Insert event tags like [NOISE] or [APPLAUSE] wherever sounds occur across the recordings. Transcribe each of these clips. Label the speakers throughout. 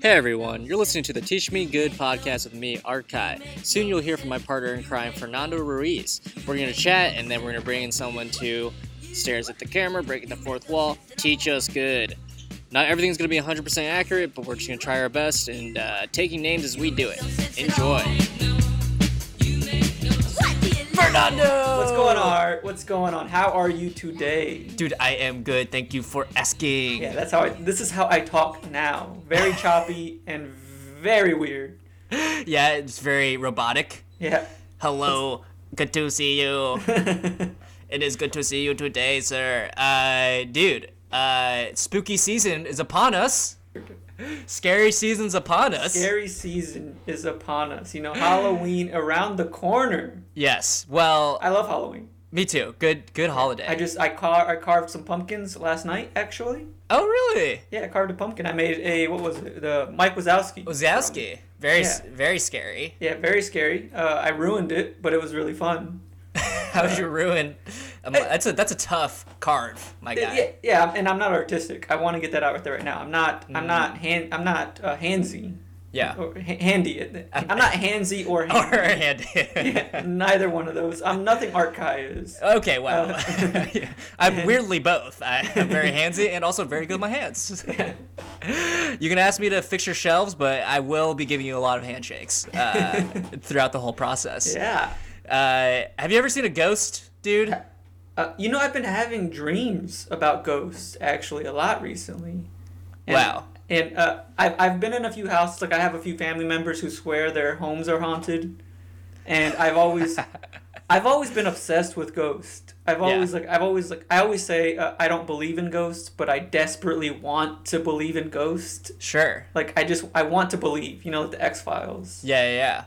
Speaker 1: Hey everyone, you're listening to the Teach Me Good podcast with me, Arkai. Soon you'll hear from my partner in crime, Fernando Ruiz. We're going to chat and then we're going to bring in someone to stares at the camera, breaking the fourth wall, teach us good. Not everything's going to be 100% accurate, but we're just going to try our best and uh, taking names as we do it. Enjoy. Fernando!
Speaker 2: What's going on, Art? What's going on? How are you today?
Speaker 3: Dude, I am good. Thank you for asking.
Speaker 2: Yeah, that's how I. This is how I talk now. Very choppy and very weird.
Speaker 3: Yeah, it's very robotic.
Speaker 2: Yeah.
Speaker 3: Hello, good to see you. it is good to see you today, sir. Uh, dude, uh, spooky season is upon us. Scary season's upon us.
Speaker 2: Scary season is upon us. You know, Halloween around the corner.
Speaker 3: Yes. Well,
Speaker 2: I love Halloween.
Speaker 3: me too. Good, good holiday.
Speaker 2: I just I car I carved some pumpkins last night actually.
Speaker 3: oh, really?
Speaker 2: Yeah, I carved a pumpkin. I made a what was it? The Mike Wazowski.
Speaker 3: Wazowski. Very, s
Speaker 2: Yeah.
Speaker 3: very scary. [LAUGHS]
Speaker 2: Yeah, very scary. Uh, I ruined it, but it was really fun.
Speaker 3: How'd you ruin? Um, that's a that's a tough carve, my guy.
Speaker 2: Yeah, yeah, and I'm not artistic. I want to get that out there right now. I'm not. I'm not hand. I'm not uh, handsy.
Speaker 3: Yeah. [LAUGHS]
Speaker 2: Or ha- handy. I'm not handsy or
Speaker 3: Or
Speaker 2: handy.
Speaker 3: hand.
Speaker 2: Neither one of those. I'm nothing Art Kai is.
Speaker 3: Okay, well,
Speaker 2: Uh,
Speaker 3: [LAUGHS]
Speaker 2: [LAUGHS]
Speaker 3: I'm weirdly both. I, I'm very handsy and also very good with my
Speaker 2: [LAUGHS]
Speaker 3: hands. [LAUGHS] you can ask me to fix your shelves, but I will be giving you a lot of handshakes uh,
Speaker 2: [LAUGHS]
Speaker 3: throughout the whole process.
Speaker 2: Yeah.
Speaker 3: Uh, have you ever seen a ghost, dude?
Speaker 2: Uh, you know, I've been having dreams about ghosts actually a lot recently. And,
Speaker 3: Wow.
Speaker 2: And uh, I've, I've been in a few houses. Like, I have a few family members who swear their homes are haunted. And
Speaker 3: [LAUGHS]
Speaker 2: I've always. I've always been obsessed with ghosts. I've always like I've always like I always say uh, I don't believe in ghosts, but I desperately want to believe in ghosts.
Speaker 3: Sure.
Speaker 2: Like I just I want to believe, you know, like the X Files.
Speaker 3: Yeah, yeah, yeah.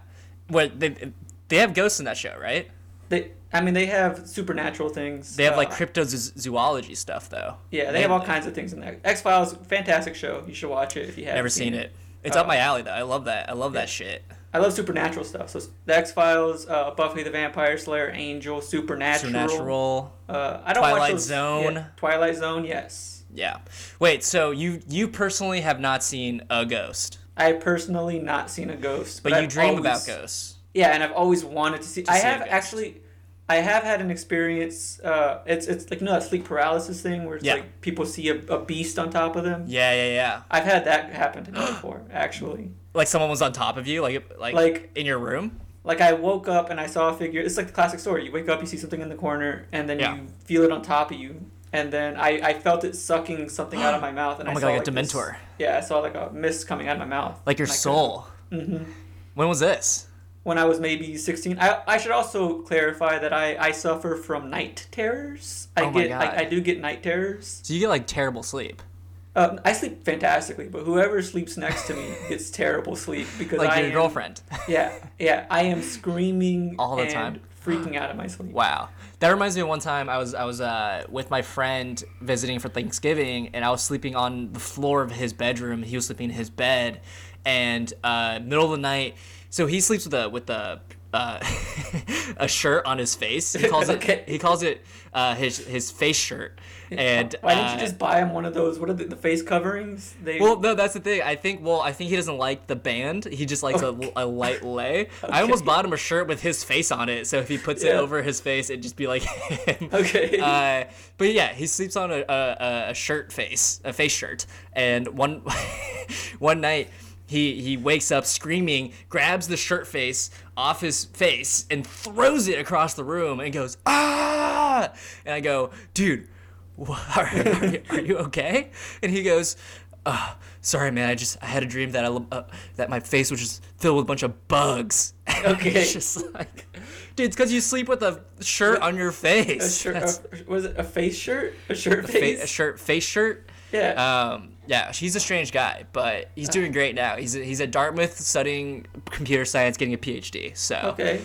Speaker 3: What they they have ghosts in that show, right?
Speaker 2: They, I mean, they have supernatural things.
Speaker 3: They have
Speaker 2: uh,
Speaker 3: like cryptozoology stuff though.
Speaker 2: yeah, they have all
Speaker 3: mainly.
Speaker 2: kinds of things in there. X Files, fantastic show. You should watch it if you haven't
Speaker 3: Never seen it. It's
Speaker 2: Uh,
Speaker 3: up my alley though. I love that. I love that shit.
Speaker 2: I love supernatural stuff. So the X Files, uh, Buffy the Vampire Slayer, Angel, Supernatural.
Speaker 3: Supernatural.
Speaker 2: Uh, I don't watch
Speaker 3: Twilight
Speaker 2: those-
Speaker 3: Zone.
Speaker 2: yeah, Twilight Zone, yes.
Speaker 3: Yeah. Wait. So you you personally have not seen a ghost,
Speaker 2: I personally not seen a ghost,
Speaker 3: but,
Speaker 2: but,
Speaker 3: you
Speaker 2: I've
Speaker 3: dream
Speaker 2: always-
Speaker 3: about ghosts.
Speaker 2: Yeah, and I've always wanted to see. I
Speaker 3: see a
Speaker 2: have
Speaker 3: ghost.
Speaker 2: actually, I have had an experience. Uh, it's it's like you know that sleep paralysis thing where it's
Speaker 3: Yeah.
Speaker 2: like people see a, a beast on top of them.
Speaker 3: Yeah, yeah, yeah.
Speaker 2: I've had that happen
Speaker 3: [GASPS]
Speaker 2: to me before, actually.
Speaker 3: Like someone was on top of you, like like,
Speaker 2: Like-
Speaker 3: in your room.
Speaker 2: Like I woke up and I saw a figure. It's like the classic story. You wake up, you see something in the corner, and then
Speaker 3: Yeah.
Speaker 2: you feel it on top of you. And then I, I felt it sucking something
Speaker 3: [GASPS]
Speaker 2: out of my mouth. And
Speaker 3: Oh
Speaker 2: I
Speaker 3: my
Speaker 2: saw
Speaker 3: God, like a
Speaker 2: this-
Speaker 3: Dementor.
Speaker 2: yeah, I saw like a mist coming out of my mouth.
Speaker 3: Like your
Speaker 2: And I couldn't- Mm-hmm.
Speaker 3: soul. When was this?
Speaker 2: When I was maybe 16. I, I should also clarify that I, I suffer from night terrors. I
Speaker 3: Oh my
Speaker 2: get
Speaker 3: God.
Speaker 2: I, I do get night terrors.
Speaker 3: So you get like terrible sleep.
Speaker 2: Um, I sleep fantastically, but whoever sleeps next to
Speaker 3: [LAUGHS]
Speaker 2: me gets terrible sleep because
Speaker 3: Like
Speaker 2: I
Speaker 3: your
Speaker 2: am-
Speaker 3: girlfriend. [LAUGHS]
Speaker 2: Yeah, yeah. I am screaming
Speaker 3: All the
Speaker 2: and
Speaker 3: time.
Speaker 2: freaking out of my sleep.
Speaker 3: wow. That reminds me of one time I was I was uh, with my friend visiting for Thanksgiving and I was sleeping on the floor of his bedroom. He was sleeping in his bed and uh, middle of the night so he sleeps with a with a uh, [LAUGHS] a shirt on his face. He calls
Speaker 2: [LAUGHS] Okay.
Speaker 3: it he calls it uh, his his face shirt. And
Speaker 2: Why didn't you
Speaker 3: uh,
Speaker 2: just buy him one of those? What are the, the face coverings? They
Speaker 3: Well, no, that's the thing. I think. Well, I think he doesn't like the band. He just likes a, a light lay.
Speaker 2: [LAUGHS]
Speaker 3: I almost bought him a shirt with his face on it, so if he puts it
Speaker 2: Yeah.
Speaker 3: over his face, it'd just be like [LAUGHS] him.
Speaker 2: Okay.
Speaker 3: Uh, but yeah, he sleeps on a, a, a- a shirt face, a face shirt, and one [LAUGHS] one night. He, he wakes up screaming, grabs the shirt face off his face, and throws it across the room and goes, Ah! And I go, Dude, what, [LAUGHS] are, are, you, are you okay? And he goes, uh, sorry, man. I just I had a dream that I lo- uh, that my face was just filled with a bunch of bugs. [LAUGHS]
Speaker 2: Okay.
Speaker 3: it's just like, dude, it's because you sleep with a shirt on your face.
Speaker 2: a shirt.
Speaker 3: That's-
Speaker 2: A, was it a face shirt? A shirt
Speaker 3: fa-
Speaker 2: face.
Speaker 3: a shirt, face shirt.
Speaker 2: yeah. Uh.
Speaker 3: Um, yeah, he's a strange guy, but he's doing great now. He's he's at Dartmouth studying computer science, getting a PhD. So
Speaker 2: okay.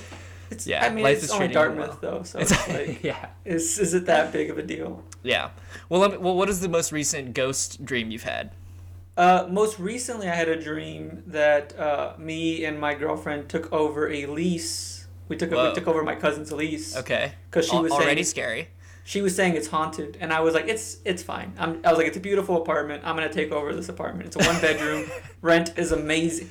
Speaker 2: It's,
Speaker 3: yeah,
Speaker 2: I mean,
Speaker 3: life
Speaker 2: it's
Speaker 3: is
Speaker 2: only
Speaker 3: treating you
Speaker 2: Dartmouth though, so it's,
Speaker 3: [LAUGHS] It's-
Speaker 2: like,
Speaker 3: yeah,
Speaker 2: is is it that big of a deal?
Speaker 3: yeah. Well, let me, well, what is the most recent ghost dream you've had?
Speaker 2: Uh, most recently, I had a dream that uh, me and my girlfriend took over a lease. We took we
Speaker 3: Whoa.
Speaker 2: took over my cousin's lease.
Speaker 3: Okay,
Speaker 2: 'Cause she
Speaker 3: Al-
Speaker 2: was saying-
Speaker 3: already scary.
Speaker 2: she was saying it's haunted,
Speaker 3: [LAUGHS]
Speaker 2: and I was like, it's it's fine. I'm, I was like, it's a beautiful apartment. I'm gonna take over this apartment. It's a one bedroom. rent is amazing.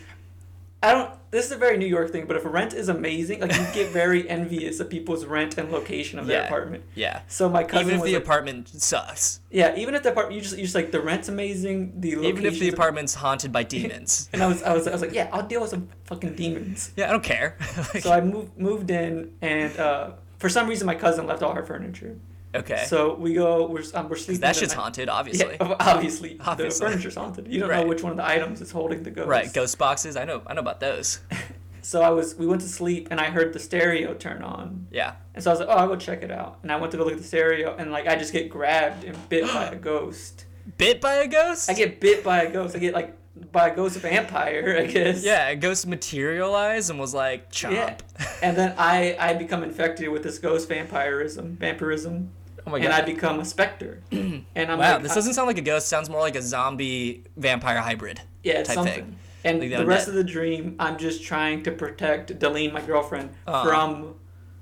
Speaker 2: I don't. This is a very New York thing, but if rent is amazing, like you get
Speaker 3: [LAUGHS]
Speaker 2: very envious of people's rent and location of their
Speaker 3: Yeah.
Speaker 2: apartment.
Speaker 3: Yeah.
Speaker 2: So my cousin
Speaker 3: Even if
Speaker 2: was
Speaker 3: the
Speaker 2: like-
Speaker 3: apartment sucks.
Speaker 2: yeah, even if the apartment, you just you just like the rent's amazing. The
Speaker 3: Even if the
Speaker 2: location's-
Speaker 3: apartment's haunted
Speaker 2: [LAUGHS]
Speaker 3: by demons.
Speaker 2: And I was, I was, I was like, yeah, I'll deal with some fucking demons.
Speaker 3: Yeah, I don't care. [LAUGHS] Like,
Speaker 2: So I moved moved in, and uh, for some reason my cousin left all her furniture.
Speaker 3: okay.
Speaker 2: So we go, we're um, we're sleeping.
Speaker 3: that
Speaker 2: the
Speaker 3: shit's
Speaker 2: night-
Speaker 3: haunted, obviously.
Speaker 2: Yeah, ob- [LAUGHS] obviously,
Speaker 3: Obviously.
Speaker 2: the furniture's haunted. You don't
Speaker 3: Right.
Speaker 2: know which one of the items is holding the ghost.
Speaker 3: Right, ghost boxes. I know. I know about those.
Speaker 2: So I was, we went to sleep, and I heard the stereo turn on,
Speaker 3: Yeah.
Speaker 2: and so I was like, oh, I'll go check it out. And I went to go look at the stereo, and like I just get grabbed and bit
Speaker 3: [GASPS]
Speaker 2: by a ghost.
Speaker 3: Bit by a ghost.
Speaker 2: I get bit by a ghost. I get like by a ghost vampire, I guess.
Speaker 3: Yeah, a ghost materialized and was like chomp.
Speaker 2: Yeah. And then I I become infected with this ghost vampirism, vampirism,
Speaker 3: [LAUGHS] oh my god.
Speaker 2: and I become a
Speaker 3: [CLEARS THROAT]
Speaker 2: specter. and I'm
Speaker 3: wow,
Speaker 2: like,
Speaker 3: this
Speaker 2: I-
Speaker 3: doesn't sound like a ghost. Sounds more like a zombie vampire hybrid.
Speaker 2: yeah, it's
Speaker 3: type
Speaker 2: something.
Speaker 3: thing.
Speaker 2: And
Speaker 3: Like the
Speaker 2: the rest
Speaker 3: undead.
Speaker 2: of the dream, I'm just trying to protect Deline, my girlfriend,
Speaker 3: Uh-huh.
Speaker 2: from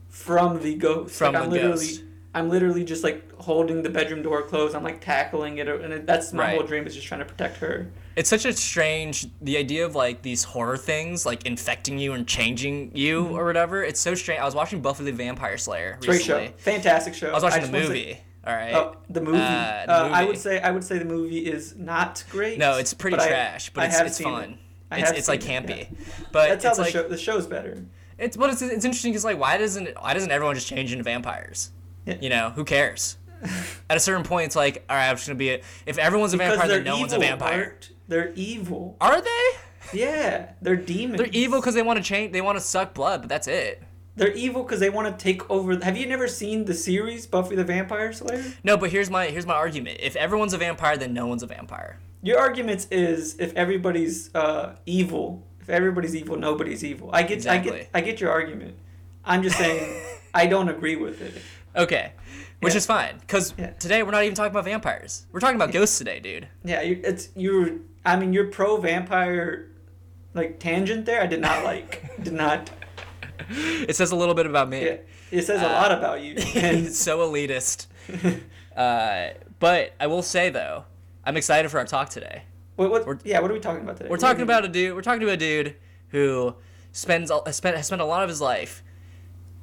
Speaker 2: from the ghost.
Speaker 3: From
Speaker 2: like, I'm
Speaker 3: the
Speaker 2: literally,
Speaker 3: ghost.
Speaker 2: I'm literally just like holding the bedroom door closed. I'm like tackling it, and it, that's my
Speaker 3: Right.
Speaker 2: whole dream is just trying to protect her.
Speaker 3: It's such a strange the idea of like these horror things like infecting you and changing you or whatever. It's so strange. I was watching Buffy the Vampire Slayer recently.
Speaker 2: Mm-hmm. Great show, fantastic show.
Speaker 3: I was watching
Speaker 2: just
Speaker 3: the
Speaker 2: wanna say-
Speaker 3: movie. All right.
Speaker 2: Oh, the movie.
Speaker 3: Uh,
Speaker 2: Uh,
Speaker 3: the
Speaker 2: I
Speaker 3: movie.
Speaker 2: would say I would say the movie is not great.
Speaker 3: no, it's pretty
Speaker 2: but I-
Speaker 3: trash, but
Speaker 2: I
Speaker 3: it's
Speaker 2: have
Speaker 3: it's
Speaker 2: seen
Speaker 3: fun.
Speaker 2: it. I
Speaker 3: It's,
Speaker 2: have
Speaker 3: it's like
Speaker 2: seen it,
Speaker 3: campy,
Speaker 2: yeah.
Speaker 3: but
Speaker 2: That's how
Speaker 3: it's
Speaker 2: the
Speaker 3: like
Speaker 2: show the show's better.
Speaker 3: it's but it's it's interesting because like why doesn't why doesn't everyone just change into vampires?
Speaker 2: Yeah.
Speaker 3: You know who
Speaker 2: [LAUGHS]
Speaker 3: cares? At a certain point, it's like all right, I'm just gonna be a, if everyone's a vampire,
Speaker 2: they're
Speaker 3: then no one's a
Speaker 2: evil,
Speaker 3: vampire.
Speaker 2: Bart. They're evil.
Speaker 3: Are they?
Speaker 2: Yeah, they're demons.
Speaker 3: They're evil because they want to change. They want to suck blood, but that's it.
Speaker 2: They're evil because they want to take over. Have you never seen the series Buffy the Vampire Slayer?
Speaker 3: No, but here's my here's my argument. If everyone's a vampire, then no one's a vampire.
Speaker 2: Your argument is if everybody's uh, evil, if everybody's evil, nobody's evil. I get, I
Speaker 3: Exactly.
Speaker 2: get, I get your argument. I'm just saying
Speaker 3: [LAUGHS]
Speaker 2: I don't agree with it.
Speaker 3: Okay, which
Speaker 2: Yeah.
Speaker 3: is fine because
Speaker 2: Yeah.
Speaker 3: today we're not even talking about vampires. We're talking about ghosts today, dude.
Speaker 2: Yeah, you, it's you. I mean, your pro vampire, like tangent there. I did
Speaker 3: [LAUGHS]
Speaker 2: not like. did not.
Speaker 3: It says a little bit about me.
Speaker 2: Yeah, it says a
Speaker 3: Uh,
Speaker 2: lot about you.
Speaker 3: [LAUGHS]
Speaker 2: And
Speaker 3: He's so
Speaker 2: [LAUGHS]
Speaker 3: elitist. uh, but I will say though, I'm excited for our talk today.
Speaker 2: what, what, yeah, what are we talking about today?
Speaker 3: We're talking about a dude. We're talking to a dude who spends all- spent has spent a lot of his life.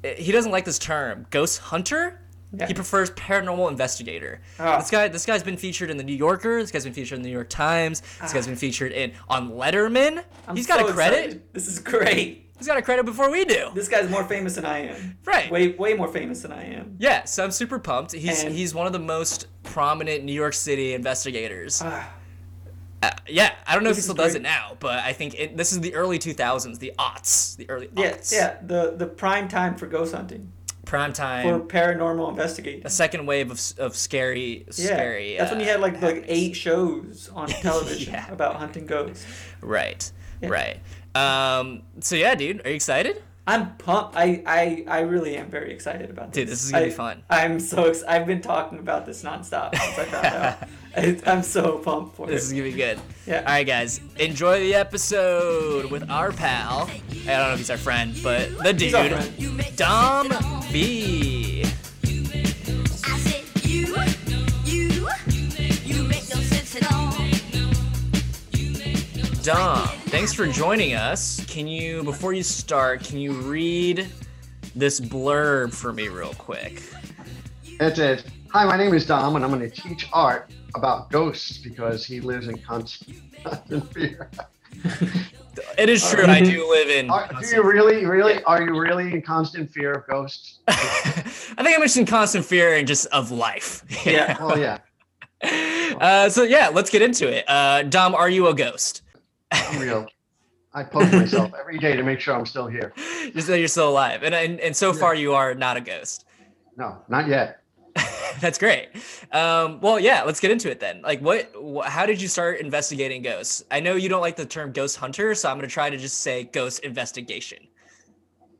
Speaker 3: eh, He doesn't like this term, ghost hunter.
Speaker 2: Yeah.
Speaker 3: He prefers paranormal investigator.
Speaker 2: Ah.
Speaker 3: This guy, this guy's been featured in the New Yorker. This guy's been featured in the New York Times. This guy's been featured in on Letterman.
Speaker 2: Ah. I'm
Speaker 3: He's got
Speaker 2: so
Speaker 3: a credit.
Speaker 2: excited. This is great.
Speaker 3: He's got a credit before we do.
Speaker 2: This guy's more famous than I am.
Speaker 3: Right.
Speaker 2: Way way more famous than I am.
Speaker 3: Yeah, so I'm super pumped. He's
Speaker 2: And-
Speaker 3: he's one of the most prominent New York City investigators.
Speaker 2: Ah.
Speaker 3: Uh, yeah, I don't know if he
Speaker 2: This
Speaker 3: still
Speaker 2: is
Speaker 3: does
Speaker 2: great.
Speaker 3: it now, but I think it, this is the early 2000s, the aughts, the early
Speaker 2: Yeah,
Speaker 3: aughts.
Speaker 2: yeah. The the prime time for ghost hunting
Speaker 3: Prime
Speaker 2: or
Speaker 3: time,
Speaker 2: paranormal
Speaker 3: a
Speaker 2: investigating.
Speaker 3: second wave of, s- of scary,
Speaker 2: Yeah,
Speaker 3: scary.
Speaker 2: that's when you
Speaker 3: uh,
Speaker 2: had like like eight shows on
Speaker 3: [LAUGHS]
Speaker 2: television
Speaker 3: Yeah.
Speaker 2: about hunting ghosts.
Speaker 3: Right, right. Um, so yeah, dude, are you excited?
Speaker 2: I'm pumped. I, I I really am very excited about this.
Speaker 3: Dude, this is gonna be
Speaker 2: I-
Speaker 3: fun.
Speaker 2: I'm so ex- I've been talking about this nonstop since I
Speaker 3: [LAUGHS]
Speaker 2: found out. I, I'm so pumped for
Speaker 3: This is
Speaker 2: it.
Speaker 3: gonna be good.
Speaker 2: [LAUGHS] Yeah.
Speaker 3: All right, guys, enjoy the episode with our pal. I don't know if he's our friend, but the dude,
Speaker 2: our friend.
Speaker 3: Dom B.
Speaker 4: I said you, you, you make no sense at all.
Speaker 3: Dom, thanks for joining us. Can you, before you start, can you read this blurb for me real quick?
Speaker 5: It says, Hi, my name is Dom, and I'm going to teach Art about ghosts because he lives in constant, constant [LAUGHS] fear.
Speaker 3: It is true, I do live in.
Speaker 5: Are, Uh, do you really, really, are you really in constant fear of ghosts?
Speaker 3: [LAUGHS] I think I'm just in constant fear and just of life. [LAUGHS]
Speaker 2: Yeah.
Speaker 5: Well, yeah,
Speaker 3: Uh, so yeah, let's get into it. Uh, Dom, are you a ghost?
Speaker 5: I'm real. I poke myself every day to make sure I'm still here.
Speaker 3: Just that you're still alive, and and, and so far you are not a ghost.
Speaker 5: No, not yet.
Speaker 3: [LAUGHS] That's great. Um, well, yeah, let's get into it then. Like, what? Wh- how did you start investigating ghosts? I know you don't like the term ghost hunter, so I'm gonna try to just say ghost investigation.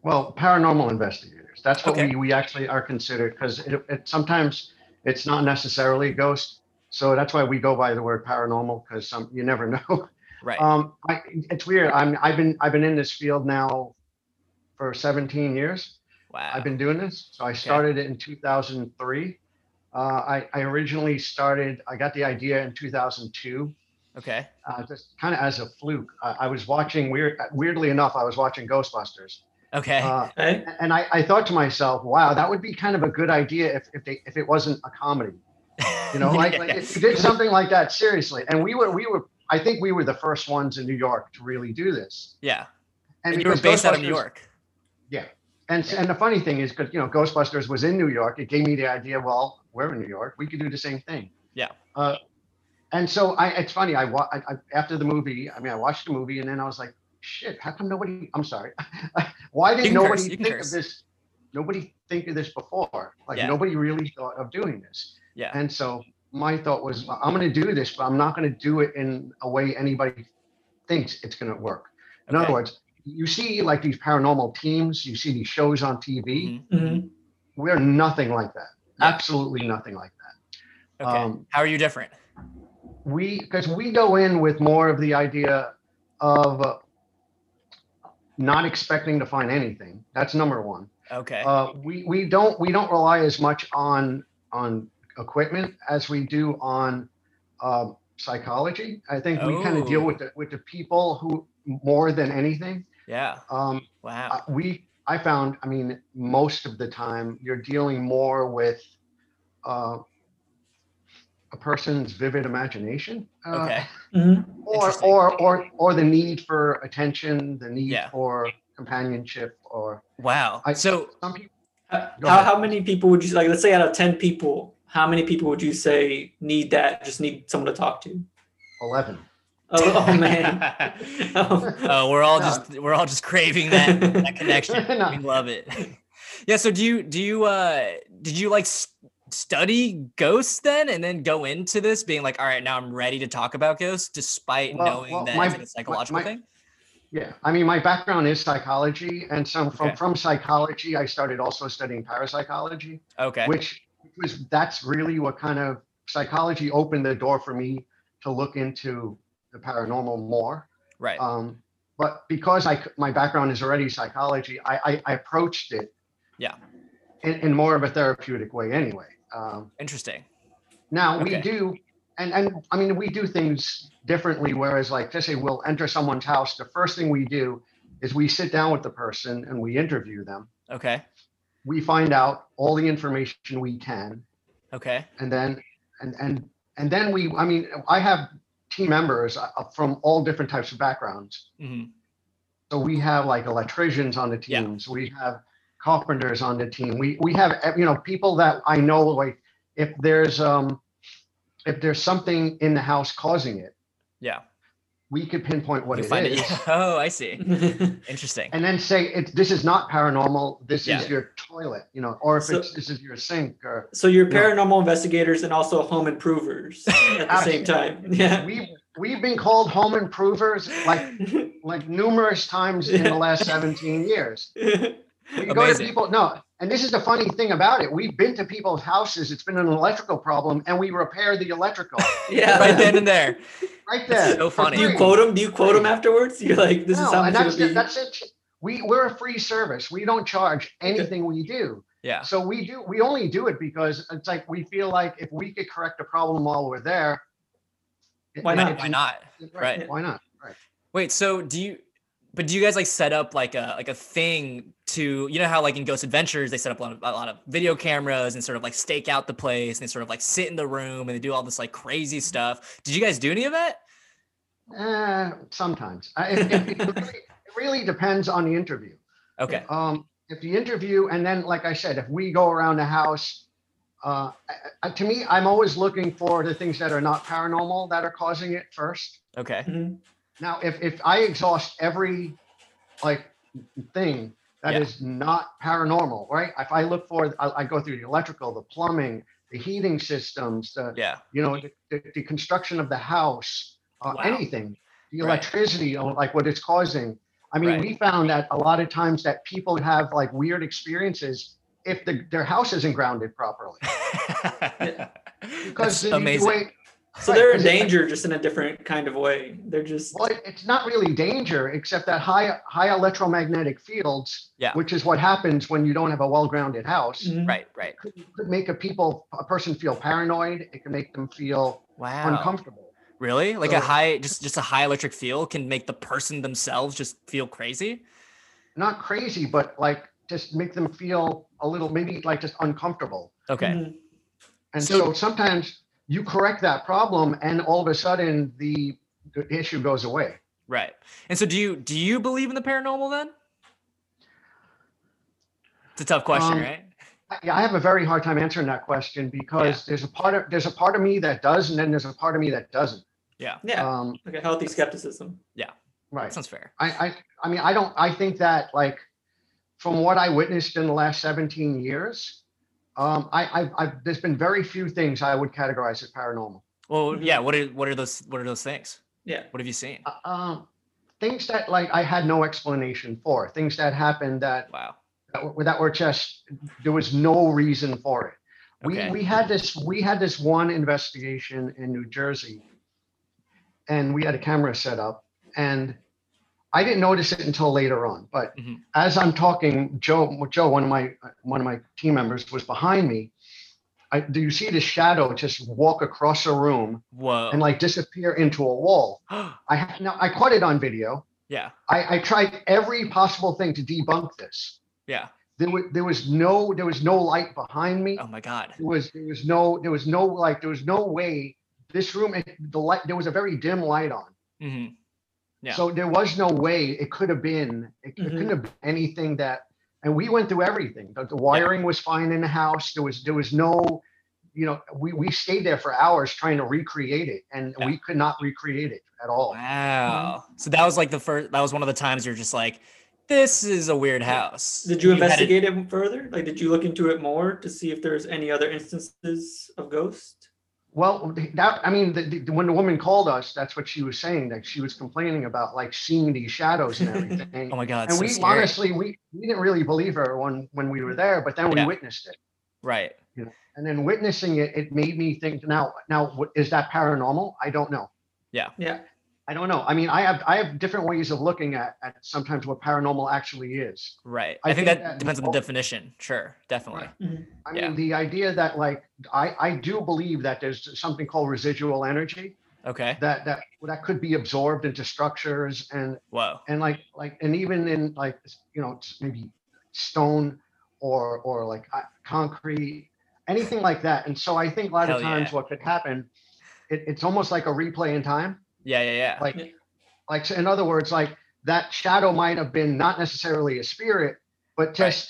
Speaker 5: Well, paranormal investigators. That's what
Speaker 3: Okay.
Speaker 5: we, we actually are considered because it, it, sometimes it's not necessarily a ghost. So that's why we go by the word paranormal because some you never [LAUGHS] know.
Speaker 3: Right.
Speaker 5: Um, I, it's weird. I'm, I've been, I've been in this field now for 17 years.
Speaker 3: wow.
Speaker 5: I've been doing this. So I started it in 2003. Uh, I, I originally started, I got the idea in 2002.
Speaker 3: Okay.
Speaker 5: uh, just kind of as a fluke. I, I was watching weird, weirdly enough, I was
Speaker 3: [LAUGHS]
Speaker 5: watching Ghostbusters,
Speaker 3: Okay.
Speaker 5: uh,
Speaker 2: Eh?
Speaker 5: and I, I thought to myself, wow, that would be kind of a good idea if if they if it wasn't a comedy,
Speaker 3: [LAUGHS]
Speaker 5: you know, like, like if you did something like that seriously. And we were we were, I think we were the first ones in New York to really do this.
Speaker 3: yeah. And you were
Speaker 5: because
Speaker 3: based out of New
Speaker 5: Ghostbusters-
Speaker 3: York.
Speaker 5: And, s- and the funny thing is, because you know, Ghostbusters was in New York, it gave me the idea. Well, we're in New York, we could do the same thing.
Speaker 3: Yeah.
Speaker 5: Uh, and so I, it's funny. I, wa- I, I after the movie, I mean, I watched the movie, and then I was like, shit, how come nobody? I'm sorry, [LAUGHS] why
Speaker 3: You
Speaker 5: did
Speaker 3: can
Speaker 5: nobody
Speaker 3: curse, you can
Speaker 5: think
Speaker 3: curse.
Speaker 5: of this? Nobody think of this before. Like
Speaker 3: Yeah.
Speaker 5: nobody really thought of doing this.
Speaker 3: Yeah.
Speaker 5: And so my thought was, well, I'm going to do this, but I'm not going to do it in a way anybody thinks it's going to work. In
Speaker 3: Okay.
Speaker 5: other words, you see like these paranormal teams, you see these shows on TV.
Speaker 3: Mhm.
Speaker 2: Mhm.
Speaker 5: We're nothing like that.
Speaker 3: Yeah.
Speaker 5: Absolutely nothing like that.
Speaker 3: Okay.
Speaker 5: Um,
Speaker 3: How are you different?
Speaker 5: We because we go in with more of the idea of uh, not expecting to find anything. That's number one.
Speaker 3: Okay.
Speaker 5: Uh, we we don't we don't rely as much on on equipment as we do on um, psychology. I think we kind
Speaker 3: Oh.
Speaker 5: of deal with the with the people who more than anything.
Speaker 3: yeah.
Speaker 5: Um,
Speaker 3: Wow.
Speaker 5: uh, we i found i mean most of the time you're dealing more with uh, a person's vivid imagination uh,
Speaker 3: Okay.
Speaker 2: Mhm.
Speaker 5: or,
Speaker 3: Interesting.
Speaker 5: or or or the need for attention the need
Speaker 3: Yeah.
Speaker 5: for companionship or
Speaker 3: Wow.
Speaker 5: I-
Speaker 3: so
Speaker 5: some people
Speaker 2: Uh,
Speaker 5: Go
Speaker 2: How,
Speaker 5: ahead.
Speaker 2: how many people would you like? Let's say out of ten people, how many people would you say need that? Just need someone to talk to.
Speaker 5: 11
Speaker 2: Oh,
Speaker 5: [LAUGHS]
Speaker 2: oh man. Oh.
Speaker 3: Oh, we're all
Speaker 5: No.
Speaker 3: just we're all just
Speaker 5: Oh,
Speaker 3: craving that that connection.
Speaker 5: [LAUGHS] No.
Speaker 3: We love it. [LAUGHS] Yeah. So do you do you uh did you like s- study ghosts then and then go into this being like all right now I'm ready to talk about ghosts despite
Speaker 5: Well-
Speaker 3: knowing
Speaker 5: well,
Speaker 3: that
Speaker 5: my-
Speaker 3: it's a psychological
Speaker 5: my-
Speaker 3: thing?
Speaker 5: yeah i mean my background is psychology and so from
Speaker 3: Okay.
Speaker 5: from psychology i started also studying parapsychology
Speaker 3: Okay.
Speaker 5: which was that's really what kind of psychology opened the door for me to look into the paranormal more.
Speaker 3: right.
Speaker 5: Um, but because I c- my background is already psychology, I I, I approached it
Speaker 3: Yeah.
Speaker 5: in, in more of a therapeutic way anyway. Um,
Speaker 3: Interesting.
Speaker 5: now
Speaker 3: Okay.
Speaker 5: we do, and and I mean we do things differently. Whereas like to say we'll enter someone's house, the first thing we do is we sit down with the person and we interview them.
Speaker 3: Okay.
Speaker 5: We find out all the information we can,
Speaker 3: Okay.
Speaker 5: and then and and and then we i mean i have team members uh, from all different types of backgrounds
Speaker 3: hmm
Speaker 5: so we have like electricians on the
Speaker 3: Yeah.
Speaker 5: teams we have carpenters on the team we we have eh, you know people that i know like if there's um if there's something in the house causing it
Speaker 3: Yeah.
Speaker 5: we could pinpoint what
Speaker 3: You
Speaker 5: it
Speaker 3: find it-
Speaker 5: is
Speaker 3: [LAUGHS] Oh, I see.
Speaker 2: Mhm.
Speaker 3: Interesting.
Speaker 5: and then say it this is not paranormal this
Speaker 3: Yeah.
Speaker 5: is your toilet you know or if
Speaker 2: So-
Speaker 5: it's this is your sink or
Speaker 2: [LAUGHS]
Speaker 3: [LAUGHS]
Speaker 2: so you're
Speaker 5: Yeah.
Speaker 2: paranormal investigators and also home improvers
Speaker 5: [LAUGHS]
Speaker 2: at the same time. Yeah.
Speaker 5: we we've been called home improvers
Speaker 2: [LAUGHS]
Speaker 5: like like numerous times in the last 17 years. We go to
Speaker 3: Amazing.
Speaker 5: people, no, and this is the funny thing about it. We've been to people's houses, it's been an electrical problem, and we repair the electrical
Speaker 2: yeah.
Speaker 3: right then
Speaker 5: [LAUGHS]
Speaker 3: and there.
Speaker 5: right
Speaker 3: That's
Speaker 5: there.
Speaker 3: so
Speaker 5: for
Speaker 3: funny.
Speaker 2: [LAUGHS] Do you
Speaker 5: free.
Speaker 2: quote them? Do you quote them afterwards? You're like, this is
Speaker 5: No,
Speaker 2: how
Speaker 5: and
Speaker 2: much it
Speaker 5: that's,
Speaker 2: would be. [LAUGHS]
Speaker 5: it- that's it. We, we're a free service. We don't charge anything we do.
Speaker 3: Yeah.
Speaker 5: So we do, we only do it because it's like, we feel like if we could correct a problem while we're there. it-
Speaker 2: Why not?
Speaker 5: it's-
Speaker 3: Why not? Right.
Speaker 5: Why not? Right.
Speaker 3: Wait, so do you but do you guys like set up like a like a thing to you know how like in Ghost Adventures they set up a lot of, a lot of video cameras and sort of like stake out the place and they sort of like sit in the room and they do all this like crazy stuff. Did you guys do any of that?
Speaker 5: Uh, sometimes. I- It, it- it really- it really depends on the interview.
Speaker 3: Okay.
Speaker 5: Um, if the interview, and then, like I said, if we go around the house, uh, I- I- to me, I'm always looking for the things that are not paranormal that are causing it first.
Speaker 3: Okay.
Speaker 2: Mhm.
Speaker 5: Now, if, if I exhaust every like thing that
Speaker 3: Yeah.
Speaker 5: is not paranormal, right? If I look for, I, I go through the electrical, the plumbing, the heating systems, the,
Speaker 3: Yeah.
Speaker 5: you know, the, the, the construction of the house, uh,
Speaker 3: Wow.
Speaker 5: anything, the
Speaker 3: Right.
Speaker 5: electricity, you know, like what it's causing. I mean,
Speaker 3: Right.
Speaker 5: we found that a lot of times that people have like weird experiences if the, their house isn't
Speaker 3: [LAUGHS]
Speaker 5: grounded properly. Because
Speaker 3: That's
Speaker 5: the- the
Speaker 3: amazing.
Speaker 5: way-
Speaker 2: So
Speaker 5: Right,
Speaker 2: they're in
Speaker 5: 'cause it-
Speaker 2: danger, just in a different kind of way. They're just.
Speaker 5: well, it- it's not really danger, except that high high electromagnetic fields,
Speaker 3: Yeah.
Speaker 5: which is what happens when you don't have a well-grounded house,
Speaker 2: Mhm.
Speaker 3: right, right.
Speaker 5: could, could make a people a person feel paranoid. It can make them feel
Speaker 3: Wow.
Speaker 5: uncomfortable.
Speaker 3: Really? Like a
Speaker 5: Ugh.
Speaker 3: high, just just a high electric feel can make the person themselves just feel crazy.
Speaker 5: Not crazy, but like just make them feel a little maybe like just uncomfortable.
Speaker 3: Okay.
Speaker 2: Mhm.
Speaker 5: And
Speaker 3: So-
Speaker 5: so, sometimes you correct that problem, and all of a sudden the, the issue goes away.
Speaker 3: Right. And so do you do you believe in the paranormal then? It's a tough question,
Speaker 5: Um,
Speaker 3: right?
Speaker 5: I- I have a very hard time answering that question because there's a part of there's a part of me that does, and then there's a part of me that doesn't.
Speaker 2: Yeah,
Speaker 5: Um,
Speaker 2: like a healthy skepticism.
Speaker 5: right.
Speaker 3: That sounds fair.
Speaker 5: I, I I mean I don't I think that like from what I witnessed in the last 17 years, um, I I've, I've there's been very few things I would categorize as paranormal.
Speaker 3: Well,
Speaker 2: Mhm.
Speaker 3: yeah, what are what are those what are those things?
Speaker 2: Yeah.
Speaker 3: What have you seen?
Speaker 5: Uh, um, things that like I had no explanation for, things that happened that
Speaker 3: Wow.
Speaker 5: that were, that were just there was no reason for it.
Speaker 3: Okay.
Speaker 5: We we had this we had this one investigation in New Jersey, and we had a camera set up, and I didn't notice it until later on. But
Speaker 3: Mhm.
Speaker 5: as I'm talking, Joe Joe one of my one of my team members was behind me. I, do you see the shadow just walk across a room
Speaker 3: Whoa.
Speaker 5: and like disappear into a wall? I had- now I caught it on video.
Speaker 3: [GASPS] yeah.
Speaker 5: I, I tried every possible thing to debunk this.
Speaker 3: Yeah.
Speaker 5: There was there was no there was no light behind me.
Speaker 3: Oh my god.
Speaker 5: There was there was no there was no like there was no way this room it- the light there was a very dim light on.
Speaker 3: Mhm. Yeah.
Speaker 5: So there was no way it could have been it, it couldn't have been anything that and we went through everything. The, the wiring was fine in the house. There was there was no you know we we stayed there for hours trying to recreate it and
Speaker 3: Yeah.
Speaker 5: we could not recreate it at all.
Speaker 3: Wow. So that was like the first that was one of the times you're just like this is a weird house.
Speaker 2: Did you
Speaker 3: had it-
Speaker 2: investigate it further? Like, did you look into it more to see if there's any other instances of ghosts?
Speaker 5: Well, that I mean, the, the, when the woman called us, that's what she was saying. That she was complaining about like seeing these
Speaker 3: [LAUGHS]
Speaker 5: shadows and everything.
Speaker 3: Oh my god.
Speaker 5: and
Speaker 3: so
Speaker 5: we
Speaker 3: scary.
Speaker 5: honestly, we, we didn't really believe her when when we were there, but then we
Speaker 3: Yeah.
Speaker 5: witnessed it,
Speaker 3: Right.
Speaker 5: and then witnessing it, it made me think. Now, now, what- is that paranormal? I don't know.
Speaker 2: Yeah.
Speaker 5: I don't know. I mean, I have I have different ways of looking at, at sometimes what paranormal actually is.
Speaker 3: Right. I,
Speaker 5: I
Speaker 3: think,
Speaker 5: think
Speaker 3: that,
Speaker 5: that-
Speaker 3: depends on the
Speaker 5: oh.
Speaker 3: definition. Sure. Definitely.
Speaker 5: I
Speaker 3: Yeah.
Speaker 5: mean, the idea that like I I do believe that there's something called residual energy
Speaker 3: Okay.
Speaker 5: that that that could be absorbed into structures and
Speaker 3: Whoa.
Speaker 5: and like like and even in like you know s- maybe stone or or like uh, concrete anything like that and so i think a lot
Speaker 3: Hell
Speaker 5: of times
Speaker 3: yeah.
Speaker 5: what could happen it, it's almost like a replay in time
Speaker 3: Yeah, yeah, yeah.
Speaker 5: like
Speaker 2: Yeah.
Speaker 5: like so in other words like that shadow might have been not necessarily a spirit but just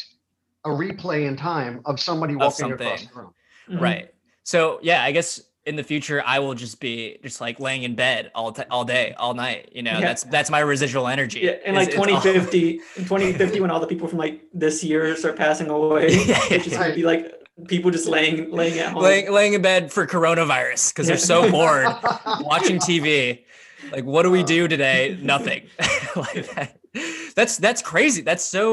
Speaker 5: a replay in time of somebody walking across
Speaker 3: something.
Speaker 5: the room
Speaker 2: Mhm.
Speaker 3: Right. So yeah, I guess in the future I will just be just like laying in bed all t- all day, all night. You know,
Speaker 2: Yeah.
Speaker 3: that's that's my residual energy.
Speaker 2: Yeah, in
Speaker 3: is-
Speaker 2: like
Speaker 3: it's all-
Speaker 2: 2050, in 2050, when all the people from like this year start passing away,
Speaker 3: [LAUGHS] Yeah,
Speaker 2: it's just gonna be like people just laying laying at home.
Speaker 3: [LAUGHS] laying laying in bed for coronavirus because they're
Speaker 2: Yeah.
Speaker 3: so
Speaker 2: [LAUGHS]
Speaker 3: bored
Speaker 5: [LAUGHS]
Speaker 3: watching TV. Like, what do we
Speaker 5: Uh.
Speaker 3: do
Speaker 2: [LAUGHS]
Speaker 3: today? Nothing. [LAUGHS] like that. That's that's crazy. That's so.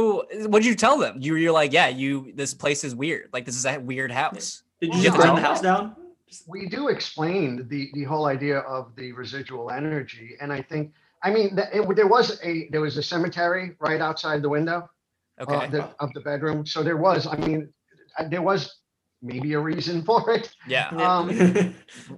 Speaker 3: What did you tell them? You you're like, yeah, you. This place is weird. Like, this is a weird house.
Speaker 2: Did
Speaker 5: Yeah,
Speaker 2: you just
Speaker 5: I
Speaker 2: burn the
Speaker 5: know.
Speaker 2: house down?
Speaker 5: we do explain the the whole idea of the residual energy and i think i mean th- it, there was a there was a cemetery right outside the window
Speaker 2: Oh,
Speaker 5: uh,
Speaker 3: Okay.
Speaker 5: the- of the bedroom so there was i mean uh, there was maybe a reason [LAUGHS] for it
Speaker 3: yeah.
Speaker 2: Yeah.
Speaker 5: Um,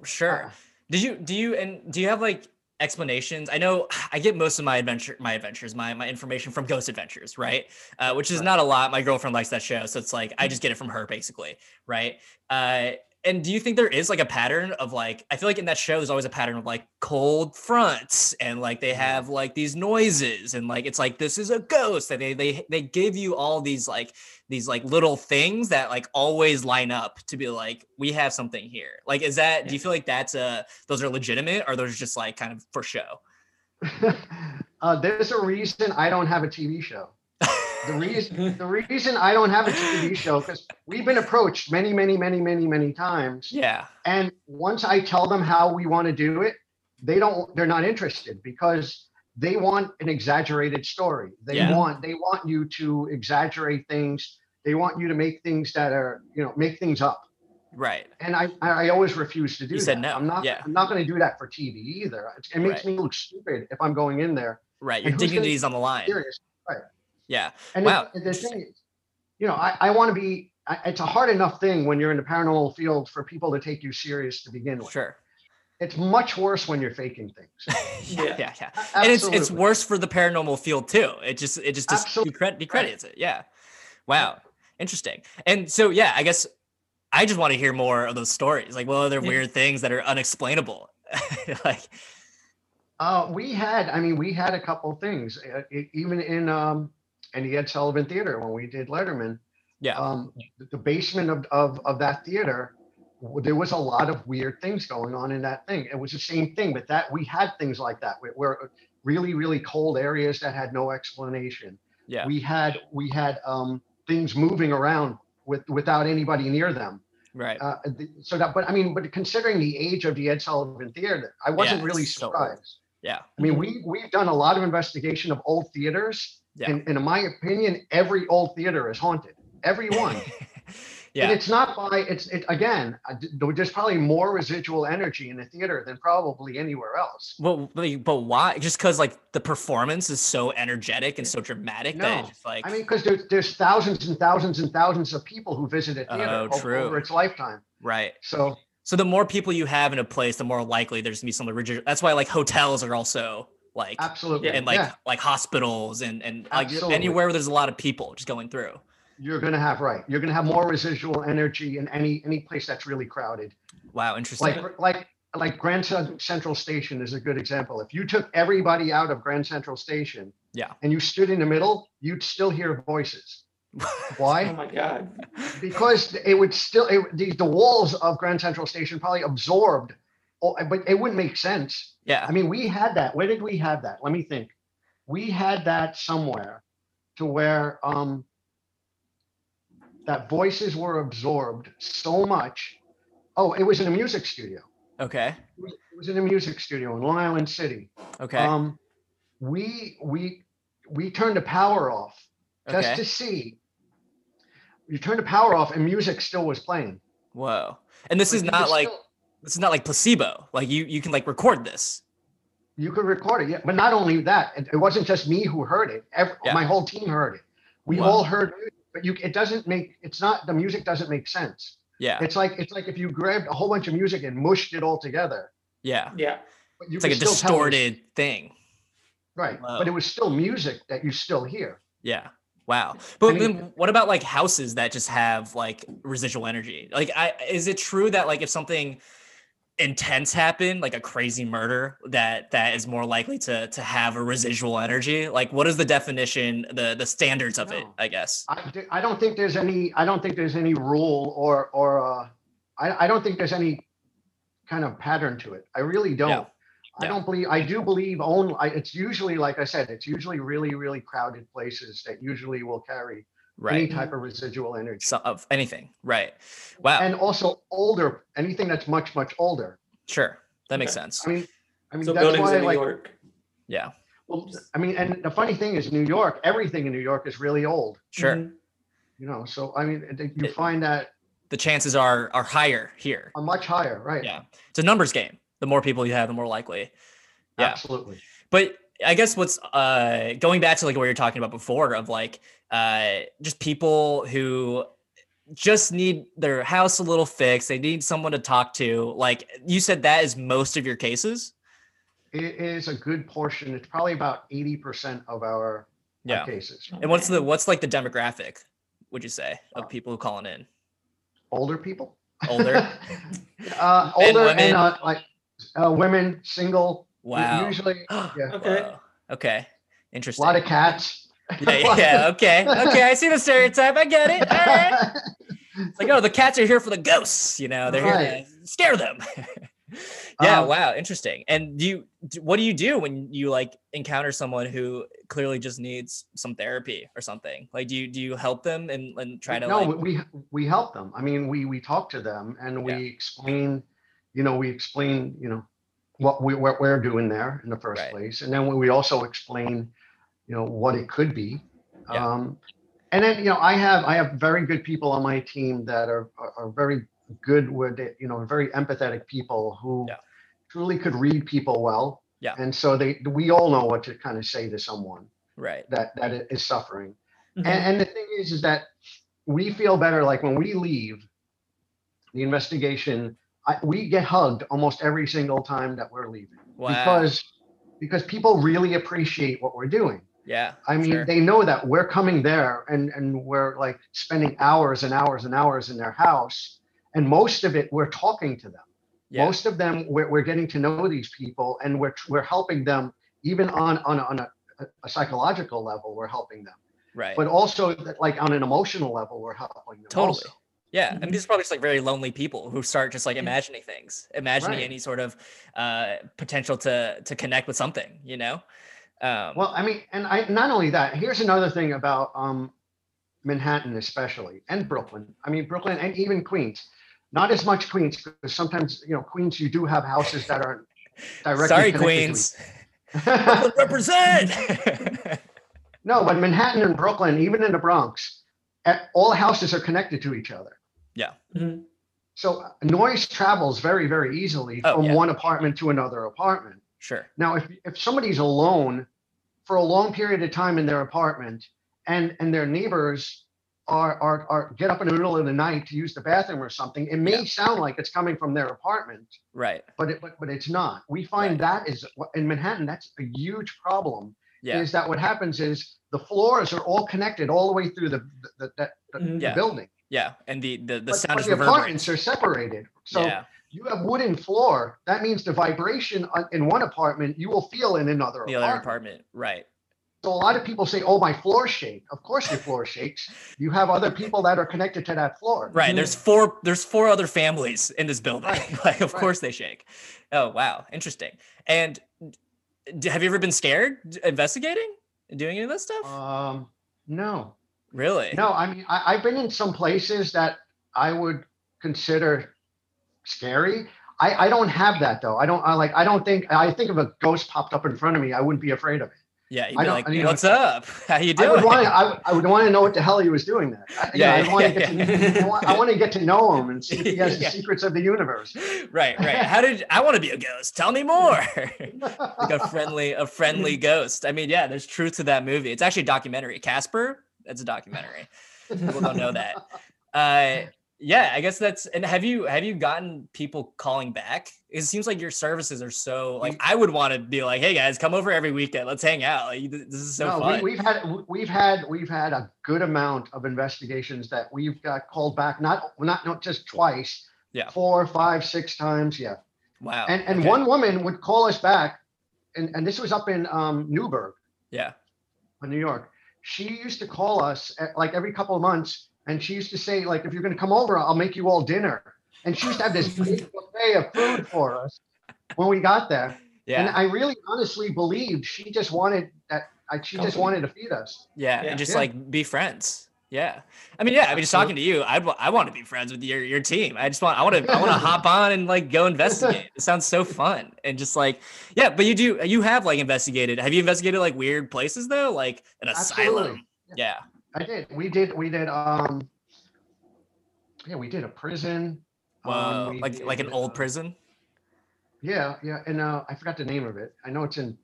Speaker 3: Sure. Did you do you and do you have like explanations? I know [SIGHS] I get most of my adventure my adventures, my my information from Ghost Adventures, right? Uh, which is
Speaker 5: Right.
Speaker 3: not a lot. My girlfriend likes that show, so it's like I just get it from her basically, right? Uh and do you think there is like a pattern of like I feel like in that show there's always a pattern of like cold fronts and like they have like these noises and like it's like this is a ghost and they they they give you all these like these like little things that like always line up to be like we have something here like is that do you feel like that's uh those are legitimate or those just like kind of for show
Speaker 5: [LAUGHS] uh, there's a reason i don't have a tv show the reason the reason i don't have a tv show because we've been approached many many many many many times
Speaker 3: yeah
Speaker 5: And once I tell them how we want to do it, they don't, they're not interested because they want an exaggerated story. They
Speaker 3: Yeah.
Speaker 5: want, they want you to exaggerate things. They want you to make things that are, you know, make things up.
Speaker 3: right
Speaker 5: And I, I always refuse to do
Speaker 3: You
Speaker 5: that.
Speaker 3: said no.
Speaker 5: I'm not,
Speaker 3: Yeah.
Speaker 5: I'm not going to do that for TV either. It, it makes me look stupid if I'm going in there
Speaker 3: right your
Speaker 5: And who's gonna
Speaker 3: dignity's on the line
Speaker 5: serious.
Speaker 3: yeah
Speaker 5: And
Speaker 3: Wow,
Speaker 5: the, the thing is, you know, I, I want to be, I, it's a hard enough thing when you're in the paranormal field for people to take you serious to begin with.
Speaker 3: sure
Speaker 5: It's much worse when you're faking things.
Speaker 2: Yeah.
Speaker 3: yeah, yeah. And it's it's
Speaker 5: Absolutely.
Speaker 3: worse for the paranormal field too. It just it just dis-
Speaker 5: Absolutely.
Speaker 3: decred- decredits it. Yeah. Wow. Interesting. And so yeah, I guess I just want to hear more of those stories. Like what other
Speaker 2: Yeah.
Speaker 3: weird things that are unexplainable? [LAUGHS] like
Speaker 5: Uh, we had, I mean, we had a couple things, uh, e- even in um, in the Ed Sullivan Theater when we did Letterman.
Speaker 3: yeah.
Speaker 5: Um, the basement of, of of that theater, w- there was a lot of weird things going on in that thing. It was the same thing, but that we had things like that where, where really really cold areas that had no explanation.
Speaker 3: Yeah.
Speaker 5: We had we had um, things moving around with without anybody near them.
Speaker 3: right.
Speaker 5: Uh, th- so that, but I mean, but considering the age of the Ed Sullivan Theater, I wasn't really
Speaker 3: it's so old. Mm-hmm.
Speaker 5: surprised.
Speaker 3: yeah.
Speaker 5: I mean, we we've done a lot of investigation of old theaters,
Speaker 3: Yeah.
Speaker 5: and, and in my opinion, every old theater is haunted.
Speaker 3: [LAUGHS]
Speaker 5: Every one. And
Speaker 3: yeah.
Speaker 5: it's not by it's it again. I d- There's probably more residual energy in a theater than probably anywhere else.
Speaker 3: Well, like, but why? Just because like the performance is so energetic and so dramatic that
Speaker 5: No.
Speaker 3: it's just, like
Speaker 5: I mean, because there's there's thousands and thousands and thousands of people who visit a theater
Speaker 3: Oh,
Speaker 5: over,
Speaker 3: true.
Speaker 5: over its lifetime.
Speaker 3: right.
Speaker 5: So
Speaker 3: So the more people you have in a place, the more likely there's gonna be some rigid. That's why like hotels are also like
Speaker 5: absolutely,
Speaker 3: and like
Speaker 5: yeah,
Speaker 3: like hospitals and and like
Speaker 5: Absolutely.
Speaker 3: anywhere where there's a lot of people just going through.
Speaker 5: you're gonna have right. You're gonna have more residual energy in any any place that's really crowded.
Speaker 3: Wow, interesting.
Speaker 5: like like like Grand Cen- Central Station is a good example. If you took everybody out of Grand Central Station,
Speaker 3: Yeah.
Speaker 5: and you stood in the middle, you'd still hear voices.
Speaker 2: [LAUGHS] Oh
Speaker 5: Why?
Speaker 2: my god.
Speaker 5: Because it would still it, the, the walls of Grand Central Station probably absorbed, all- but it wouldn't make sense.
Speaker 3: [LAUGHS] yeah,
Speaker 5: I mean, we had that. Where did we have that? Let me think. We had that somewhere, to where um, that voices were absorbed so much. Oh, it was in a music studio
Speaker 3: okay,
Speaker 5: it was in a music studio in Long Island City.
Speaker 3: okay,
Speaker 5: Um, we we we turned the power off just
Speaker 3: okay.
Speaker 5: to see. You turned the power off and music still was playing.
Speaker 3: Whoa, and this is
Speaker 5: you
Speaker 3: not
Speaker 5: could
Speaker 3: like
Speaker 5: still-
Speaker 3: this is not like placebo. Like you you can like record this.
Speaker 5: you could record it, yeah. But not only that, it, it wasn't just me who heard it. ev-
Speaker 3: Yeah.
Speaker 5: My whole team heard it. We
Speaker 3: Wow.
Speaker 5: all heard music, but you it doesn't make it's not the music doesn't make sense.
Speaker 3: Yeah,
Speaker 5: It's like it's like if you grabbed a whole bunch of music and mushed it all together.
Speaker 3: yeah.
Speaker 2: Yeah.
Speaker 5: But you
Speaker 3: It's like a
Speaker 5: could still tell it was-
Speaker 3: distorted thing.
Speaker 5: right.
Speaker 3: Wow.
Speaker 5: But it was still music that you still hear.
Speaker 3: Yeah. Wow. But
Speaker 5: mean-
Speaker 3: then what about like houses that just have like residual energy? Like I is it true that like if something intense happened, like a crazy murder, that that is more likely to to have a residual energy? Like what is the definition, the the standards of it,
Speaker 5: No.
Speaker 3: I guess.
Speaker 5: I, d- I don't think there's any, I don't think there's any rule or, or, uh, I, I don't think there's any kind of pattern to it. I really don't. I
Speaker 3: Yeah.
Speaker 5: don't believe, I do believe only, I, it's usually, like I said, it's usually really, really crowded places that usually will carry any
Speaker 3: Right.
Speaker 5: type of residual energy.
Speaker 3: So, of anything. Right. Wow.
Speaker 5: And also older, anything that's much, much older.
Speaker 3: sure. That makes
Speaker 2: Okay.
Speaker 3: sense.
Speaker 5: I mean, I mean,
Speaker 2: So
Speaker 5: that's
Speaker 2: buildings
Speaker 5: why
Speaker 2: in New
Speaker 5: like,
Speaker 2: York.
Speaker 3: Yeah.
Speaker 5: well, I mean, and the funny thing is New York, everything in New York is really old,
Speaker 3: Sure.
Speaker 2: Mhm.
Speaker 5: you know? So, I mean, th- you
Speaker 3: It-
Speaker 5: find that
Speaker 3: The chances are are higher here.
Speaker 5: are much higher, right?
Speaker 3: Yeah. It's a numbers game. The more people you have, the more likely. Yeah.
Speaker 5: Absolutely.
Speaker 3: but i guess what's uh going back to like what you were talking about before of like uh just people who just need their house a little fixed they need someone to talk to like you said that is most of your cases
Speaker 5: It is a good portion. It's probably about eighty percent of our our cases.
Speaker 3: and what's the what's like the demographic would you say of people who calling in
Speaker 5: Older people.
Speaker 3: older
Speaker 5: [LAUGHS] uh, older
Speaker 3: women.
Speaker 5: and uh, like uh, women, single. u-
Speaker 3: wow
Speaker 5: Usually, yeah.
Speaker 2: Okay.
Speaker 3: [GASPS] Whoa. okay
Speaker 5: A
Speaker 3: interesting
Speaker 5: lot of cats.
Speaker 3: yeah, yeah, yeah okay okay i see the stereotype i get it all right [LAUGHS]
Speaker 5: [LAUGHS]
Speaker 3: It's like, oh, the cats are here for the ghosts. You know, they're here
Speaker 5: Right.
Speaker 3: to scare them. [LAUGHS] yeah.
Speaker 5: Um,
Speaker 3: wow. Interesting. And do you, d- what do you do when you like encounter someone who clearly just needs some therapy or something? Like, do you do you help them and, and try to
Speaker 5: no,
Speaker 3: like,
Speaker 5: we we help them. I mean, we we talk to them and we
Speaker 3: Yeah.
Speaker 5: explain. You know, we explain. You know, what we what we're doing there in the first
Speaker 3: Right.
Speaker 5: place, and then we also explain. You know what it could be.
Speaker 3: Yeah.
Speaker 5: Um, and then you know I have I have very good people on my team that are are, are very good with it, you know very empathetic people who
Speaker 3: Yeah.
Speaker 5: truly could read people well.
Speaker 3: Yeah.
Speaker 5: And so they we all know what to kind of say to someone
Speaker 3: right?
Speaker 5: that that i- is suffering.
Speaker 2: Mhm.
Speaker 3: Uh,
Speaker 5: And, and the thing is, is that we feel better like when we leave the investigation. I, we get hugged almost every single time that we're leaving
Speaker 3: Wow.
Speaker 5: because because people really appreciate what we're doing.
Speaker 3: yeah.
Speaker 5: I mean,
Speaker 3: sure.
Speaker 5: they know that we're coming there and and we're like spending hours and hours and hours in their house, and most of it we're talking to them.
Speaker 3: yeah.
Speaker 5: Most of them we're, we're getting to know these people, and we're we're helping them even on on a, on a, a psychological level. We're helping them,
Speaker 3: right.
Speaker 5: but also that, like on an emotional level, we're helping them.
Speaker 3: Totally.
Speaker 5: also.
Speaker 3: Yeah, and
Speaker 2: Mhm.
Speaker 3: these are probably just like very lonely people who start just like imagining things, imagining
Speaker 5: Mm. Right.
Speaker 3: any sort of uh, potential to to connect with something, you know. Um,
Speaker 5: Well, I mean, and I not only that. Here's another thing about um, Manhattan, especially, and Brooklyn. I mean, Brooklyn and even Queens. Not as much Queens because sometimes you know Queens. You do have houses that are directly.
Speaker 3: sorry,
Speaker 5: connected to each-
Speaker 3: Queens. Brooklyn [LAUGHS] represent.
Speaker 5: [LAUGHS]
Speaker 3: [LAUGHS]
Speaker 5: no, but Manhattan and Brooklyn, even in the Bronx, eh, all houses are connected to each other.
Speaker 2: Mhm.
Speaker 5: So uh, noise travels very, very easily
Speaker 3: Oh,
Speaker 5: from
Speaker 3: yeah.
Speaker 5: one apartment to another apartment.
Speaker 3: sure.
Speaker 5: Now, if, if somebody's alone for a long period of time in their apartment and, and their neighbors are, are, are get up in the middle of the night to use the bathroom or something, it may sound like it's coming from their apartment,
Speaker 3: Right.
Speaker 5: but it, but, but it's not. We find that is what- in Manhattan, that's a huge problem
Speaker 3: Yeah.
Speaker 5: is that what happens is the floors are all connected all the way through the, the, the, the,
Speaker 2: Mhm.
Speaker 5: the
Speaker 3: Yeah.
Speaker 5: building.
Speaker 3: Yeah. And the the, the
Speaker 5: But-
Speaker 3: sound
Speaker 5: but
Speaker 3: is
Speaker 5: the
Speaker 3: reverberating.
Speaker 5: apartments are separated. So
Speaker 3: yeah.
Speaker 5: you have wooden floor. That means the vibration on- in one apartment you will feel in another
Speaker 3: The other
Speaker 5: apartment.
Speaker 3: apartment. Right.
Speaker 5: So a lot of people say, "Oh, my floor shake." Of course, your floor shakes. You have other people that are connected to that floor.
Speaker 3: Right. There's four. There's four other families in this building.
Speaker 5: Mm-hmm.
Speaker 3: [LAUGHS]
Speaker 5: Right,
Speaker 3: like, of
Speaker 5: right.
Speaker 3: course they shake. Oh wow, interesting. And d- have you ever been scared d- investigating, doing any of this stuff?
Speaker 5: Um, no,
Speaker 3: really?
Speaker 5: no. I mean, I, I've been in some places that I would consider scary. I, I don't have that though. I don't. I like. I don't think. I think if a ghost popped up in front of me, I wouldn't be afraid of it.
Speaker 3: Yeah, you'd
Speaker 5: I
Speaker 3: be
Speaker 5: don't-
Speaker 3: like,
Speaker 5: I mean,
Speaker 3: "What's up? [LAUGHS] How you doing?"
Speaker 5: I would want to. I, would- I would want to know what the hell he was doing there. I,
Speaker 3: Yeah,
Speaker 5: yeah,
Speaker 3: yeah,
Speaker 5: I want
Speaker 3: yeah,
Speaker 5: to get to. I want, I want to get to know him and see if he has
Speaker 3: [LAUGHS] Yeah.
Speaker 5: the secrets of the universe.
Speaker 3: [LAUGHS] [LAUGHS] right, right. How did I want to be a ghost?
Speaker 5: [LAUGHS]
Speaker 3: Tell me more. [LAUGHS] like a friendly, a friendly ghost. I mean, yeah, there's truth to that movie. It's actually a documentary. Casper. That's a documentary.
Speaker 2: Mm-hmm.
Speaker 3: People don't know that. Uh, yeah, I guess that's. And have you have you gotten people calling back? It seems like your services are so
Speaker 5: Mm.
Speaker 3: like. I would want to be like, "Hey guys, come over every weekend. Let's hang out. Like, th- this is so
Speaker 5: no,
Speaker 3: fun."
Speaker 5: We, we've had we- we've had we've had a good amount of investigations that we've got called back. Not not not just twice.
Speaker 3: Yeah.
Speaker 5: Four, five, six times. Yeah.
Speaker 3: wow.
Speaker 5: And and
Speaker 3: okay.
Speaker 5: one woman would call us back, and and this was up in um, Newburgh.
Speaker 3: Yeah.
Speaker 5: in New York. She used to call us at, like every couple of months, and she used to say, like, if you're going to come over, I'll make you all dinner. And she used to
Speaker 3: [LAUGHS]
Speaker 5: have this big buffet of food for us when we got there.
Speaker 3: Yeah.
Speaker 5: And I really honestly believed she just wanted that. I, she just
Speaker 2: Company.
Speaker 5: wanted to feed us.
Speaker 3: Yeah,
Speaker 2: Yeah.
Speaker 3: and just
Speaker 5: Yeah.
Speaker 3: like be friends. Yeah, I mean, yeah, I mean, just talking to you, I I want to be friends with your your team. I just want I want to I
Speaker 5: [LAUGHS]
Speaker 3: want to hop on and like go investigate. It sounds so fun and just like yeah, but you do you have like investigated? Have you investigated like weird places though, like an
Speaker 5: Absolutely.
Speaker 3: asylum? Yeah,
Speaker 5: I did. We did. We did. Um. Yeah, we did a prison. um,
Speaker 3: wow,
Speaker 5: we
Speaker 3: like like an
Speaker 5: did,
Speaker 3: old
Speaker 5: uh,
Speaker 3: prison.
Speaker 5: Yeah, yeah, and uh, I forgot the name of it. I know it's in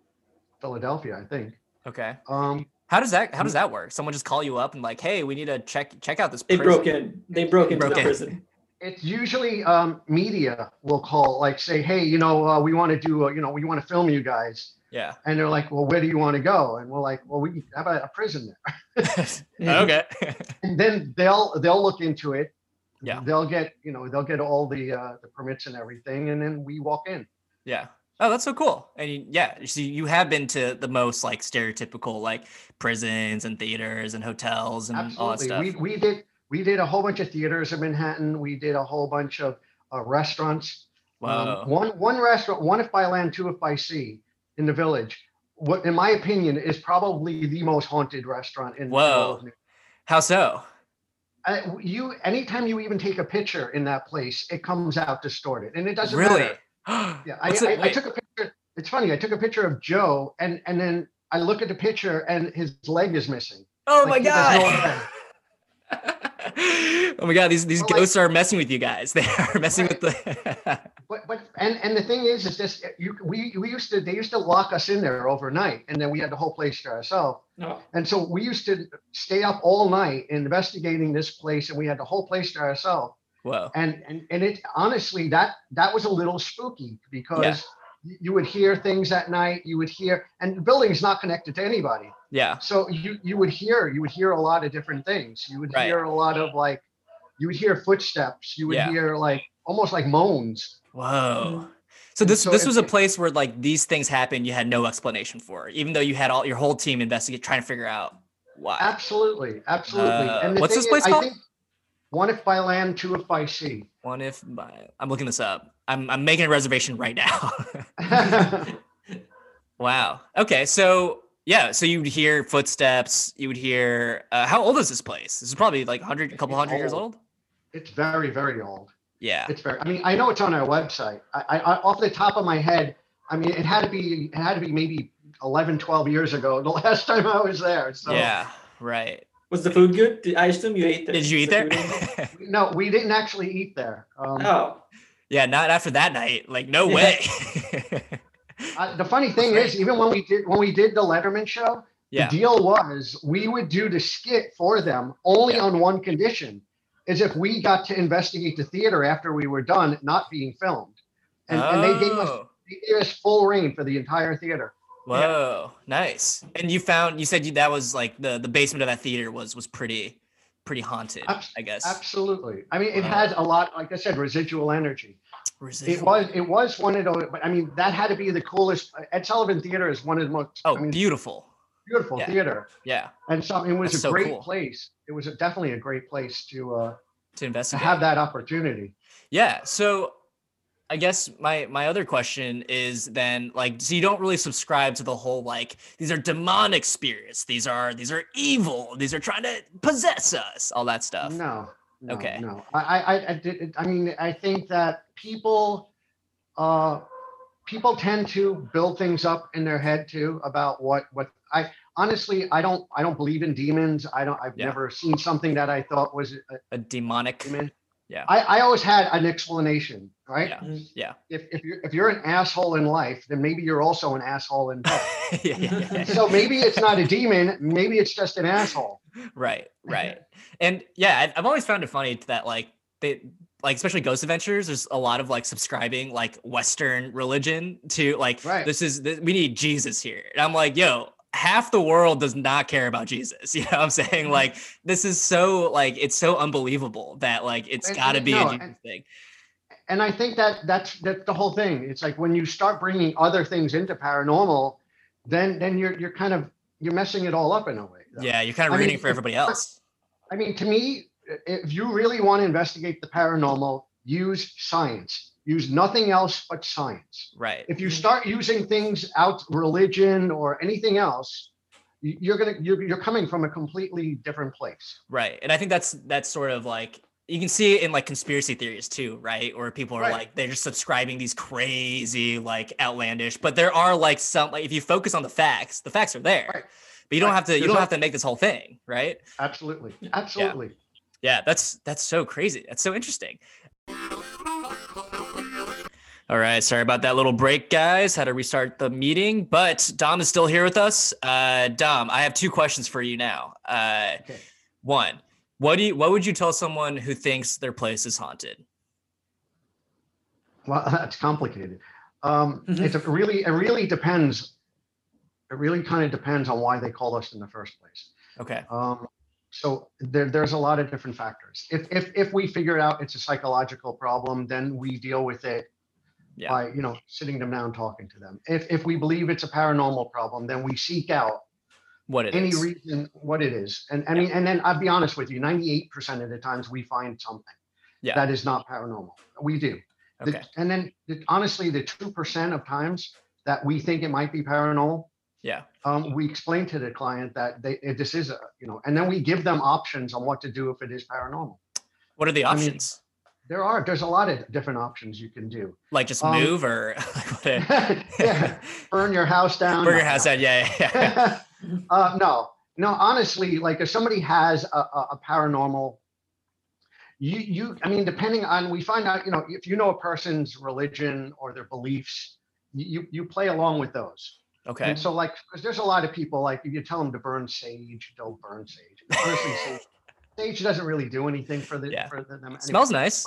Speaker 5: Philadelphia, I think.
Speaker 3: Okay,
Speaker 5: Um,
Speaker 3: how does that how does that work? Someone just call you up and like, hey, we need to check check out this.
Speaker 2: [LAUGHS] They
Speaker 3: prison."
Speaker 2: broke in. They broke into
Speaker 3: Broke
Speaker 2: the
Speaker 3: in.
Speaker 2: prison.
Speaker 5: it's usually um, media will call like say hey you know uh, we want to do uh, you know we want to film you guys
Speaker 2: [LAUGHS]
Speaker 3: Yeah.
Speaker 5: and they're like well where do you want to go and we're like well we can- how about a prison there
Speaker 3: Oh, okay. [LAUGHS]
Speaker 5: and then they'll they'll look into it
Speaker 3: Yeah.
Speaker 5: they'll get you know they'll get all the uh, the permits and everything and then we walk in
Speaker 3: Yeah. Oh, that's so cool. And you, yeah, so you have been to the most like stereotypical like prisons and theaters and hotels and all that
Speaker 5: absolutely
Speaker 3: stuff.
Speaker 5: we, we did we did a whole bunch of theaters in manhattan we did a whole bunch of uh, restaurants
Speaker 3: Wow.
Speaker 5: Um, one one restaurant, one if by land, two if by sea, in the village. What, in my opinion, is probably the most haunted restaurant in. in all
Speaker 3: Whoa.
Speaker 5: of New-
Speaker 3: How so?
Speaker 5: Uh, you anytime you even take a picture in that place, it comes out distorted, and it doesn't
Speaker 3: really? [GASPS]
Speaker 5: matter. Yeah, I,
Speaker 3: What's it-
Speaker 5: I, I
Speaker 3: wait,
Speaker 5: took a picture. It's funny. I took a picture of Joe, and and then I look at the picture, and his leg is missing.
Speaker 3: oh
Speaker 5: like,
Speaker 3: my
Speaker 5: he has no
Speaker 3: [LAUGHS] god. oh my god, these these
Speaker 5: Well, like-
Speaker 3: ghosts are messing with you guys. [LAUGHS] They are messing with the [LAUGHS]
Speaker 5: But but and and the thing is, is this you we we used to they used to lock us in there overnight, and then we had the whole place to ourselves.
Speaker 2: No.
Speaker 5: And so we used to stay up all night investigating this place, and we had the whole place to ourselves.
Speaker 3: Whoa.
Speaker 5: and and and it honestly that that was a little spooky because
Speaker 3: Yeah.
Speaker 5: y- you would hear things at night you would hear and the building's not connected to anybody
Speaker 3: Yeah.
Speaker 5: so you you would hear you would hear a lot of different things you would
Speaker 3: Right.
Speaker 5: hear a lot of like you would hear footsteps you would
Speaker 3: Yeah.
Speaker 5: hear like almost like moans
Speaker 3: Whoa. So this
Speaker 5: Mm-hmm. so
Speaker 3: this
Speaker 5: it-
Speaker 3: was a
Speaker 5: it-
Speaker 3: place where like these things happened, you had no explanation for, even though you had all your whole team investigate trying to figure out why.
Speaker 5: absolutely absolutely
Speaker 3: Uh,
Speaker 5: and the
Speaker 3: what's
Speaker 5: thing
Speaker 3: this place
Speaker 5: is,
Speaker 3: called?
Speaker 5: I think one if by land two if by sea [LAUGHS]
Speaker 3: One if my, I'm looking this up. I'm I'm making a reservation right now. [LAUGHS] wow. Okay. So yeah. So you'd hear footsteps. You would hear. Uh, how old is this place? This is probably like hundred, a couple
Speaker 5: It's
Speaker 3: hundred years
Speaker 5: old.
Speaker 3: old.
Speaker 5: it's very very old
Speaker 3: Yeah.
Speaker 5: It's fair. I mean, I know it's on our website. I, I, I off the top of my head, I mean, it had to be, it had to be maybe 11, 12 years ago, the [LAUGHS] last time I was there. So
Speaker 3: Yeah. Right.
Speaker 2: Was the food good? Did, I assume you ate there.
Speaker 3: Did you
Speaker 2: Was
Speaker 3: eat
Speaker 2: the
Speaker 3: there? [LAUGHS]
Speaker 2: food in-
Speaker 5: no, we didn't actually eat there. Um,
Speaker 2: oh,
Speaker 3: yeah. Not after that night. Like no
Speaker 2: Yeah.
Speaker 3: way. [LAUGHS]
Speaker 5: I- the funny thing
Speaker 3: Right.
Speaker 5: is, even when we did, when we did the Letterman show,
Speaker 3: yeah.
Speaker 5: the deal was we would do the skit for them only
Speaker 3: Yeah.
Speaker 5: on one condition is if we got to investigate the theater after we were done, not being filmed. And, and they gave us,
Speaker 3: Oh.
Speaker 5: they gave us full reign for the entire theater.
Speaker 3: Whoa, nice. And you found you said you, that was like the the basement of that theater was was pretty pretty haunted,
Speaker 5: Abs-
Speaker 3: I guess.
Speaker 5: Absolutely. I mean, it
Speaker 3: Wow.
Speaker 5: had a lot, like I said, residual energy. It
Speaker 3: Residual-
Speaker 5: was, it was one of those, but I mean, that had to be the coolest. uh, Ed Sullivan Theater is one of the most,
Speaker 3: Oh,
Speaker 5: I mean,
Speaker 3: beautiful.
Speaker 5: beautiful
Speaker 3: yeah.
Speaker 5: theater.
Speaker 3: Yeah,
Speaker 5: And so it was
Speaker 3: That's
Speaker 5: a
Speaker 3: so
Speaker 5: great
Speaker 3: cool.
Speaker 5: place. It was a- definitely a great place to, uh,
Speaker 3: to
Speaker 5: to
Speaker 3: investigate.
Speaker 5: have that opportunity.
Speaker 3: Yeah. So I guess my my other question is then like so you don't really subscribe to the whole like these are demonic spirits, these are these are evil, these are trying to possess us, all that stuff.
Speaker 5: No. no,
Speaker 3: Okay.
Speaker 5: No, I, I, I did, I mean, I think that people, uh, people tend to build things up in their head too about what, what I, honestly, I don't, I don't believe in demons. I don't, I've
Speaker 3: Yeah.
Speaker 5: never seen something that I thought was a
Speaker 3: A demonic.
Speaker 5: demon.
Speaker 3: Yeah.
Speaker 5: I, I always had an explanation, right?
Speaker 3: Yeah.
Speaker 2: Mhm.
Speaker 3: Yeah.
Speaker 5: If, if you're, if you're an asshole in life, then maybe you're also an asshole
Speaker 3: [LAUGHS]
Speaker 5: in death.
Speaker 3: [LAUGHS] yeah, yeah, yeah, yeah.
Speaker 5: so maybe it's not a demon. Maybe it's just an asshole.
Speaker 3: Right,
Speaker 5: [LAUGHS]
Speaker 3: right. And yeah, I- I've always found it funny that like they like especially Ghost Adventures, there's a lot of like subscribing like Western religion to like
Speaker 5: Right.
Speaker 3: this is this, we need Jesus here. And I'm like, yo, half the world does not care about Jesus. [LAUGHS] You know what I'm saying?
Speaker 5: Mm-hmm.
Speaker 3: Like this is so like it's so unbelievable that like it's
Speaker 5: And-
Speaker 3: got to
Speaker 5: and
Speaker 3: be
Speaker 5: no,
Speaker 3: a Jesus thing.
Speaker 5: and I think that that's that's the whole thing. It's like when you start bringing other things into paranormal, then then you're you're kind of you're messing it all up in a way. though.
Speaker 3: Yeah, you're kind
Speaker 5: I
Speaker 3: of
Speaker 5: mean,
Speaker 3: rooting for
Speaker 5: if-
Speaker 3: everybody else.
Speaker 5: I mean, to me, i- if you really want to investigate the paranormal, use science. Use nothing else but science.
Speaker 3: Right.
Speaker 5: If you start using things out religion or anything else, y- you're gonna you're, you're coming from a completely different place.
Speaker 3: Right. And I think that's that's sort of like you can see it in like conspiracy theories too, right? Where people are
Speaker 5: Right.
Speaker 3: like they're just subscribing these crazy like outlandish, but there are like some like if you focus on the facts, the facts are there.
Speaker 5: Right.
Speaker 3: But you don't
Speaker 5: Right.
Speaker 3: have to you
Speaker 5: There's
Speaker 3: don't
Speaker 5: no-
Speaker 3: have to make this whole thing, right?
Speaker 5: Absolutely, absolutely.
Speaker 3: Yeah, that's that's so crazy. That's so interesting. All right, sorry about that little break, guys. Had to restart the meeting, but Dom is still here with us. Uh, Dom, I have two questions for you now. Uh,
Speaker 5: Okay.
Speaker 3: One, what do you, what would you tell someone who thinks their place is haunted?
Speaker 5: Well, [LAUGHS] that's complicated. Um,
Speaker 3: Mm-hmm.
Speaker 5: it's a really, it really depends. It really kind of depends on why they called us in the first place.
Speaker 3: Okay.
Speaker 5: Um, so there, there's a lot of different factors. If, if, if we figure out it's a psychological problem, then we deal with it
Speaker 3: Yeah.
Speaker 5: by, you know, sitting them down, talking to them. If, if we believe it's a paranormal problem, then we seek out
Speaker 3: What it is?
Speaker 5: any reason what it is. And I mean, and then I'll be honest with you, 98% of the times we find something
Speaker 3: Yeah.
Speaker 5: that is not paranormal. We do. The-
Speaker 3: okay.
Speaker 5: and then the, honestly, the two percent of times that we think it might be paranormal,
Speaker 3: Yeah.
Speaker 5: um, we explain to the client that they it, this is a you know, and then we give them options on what to do if it is paranormal.
Speaker 3: What are the
Speaker 5: I mean,
Speaker 3: options?
Speaker 5: There are there's a lot of different options you can do.
Speaker 3: like just
Speaker 5: um,
Speaker 3: move or [LAUGHS] like what?
Speaker 5: [LAUGHS] yeah, burn your house
Speaker 3: [LAUGHS]
Speaker 5: down.
Speaker 3: Burger
Speaker 5: No,
Speaker 3: House
Speaker 5: no.
Speaker 3: out. Yeah. yeah, yeah.
Speaker 5: [LAUGHS] uh, no, no. Honestly, like if somebody has a, a, a paranormal, you you. I mean, depending on we find out, you know, if you know a person's religion or their beliefs, you you play along with those.
Speaker 3: [LAUGHS] okay.
Speaker 5: And so,
Speaker 3: [LAUGHS]
Speaker 5: like, because there's a lot of people like if you tell them to burn sage, don't burn sage. Honestly, sage, sage doesn't really do anything for the
Speaker 3: Yeah.
Speaker 5: for the, them. Anyway.
Speaker 3: Smells nice.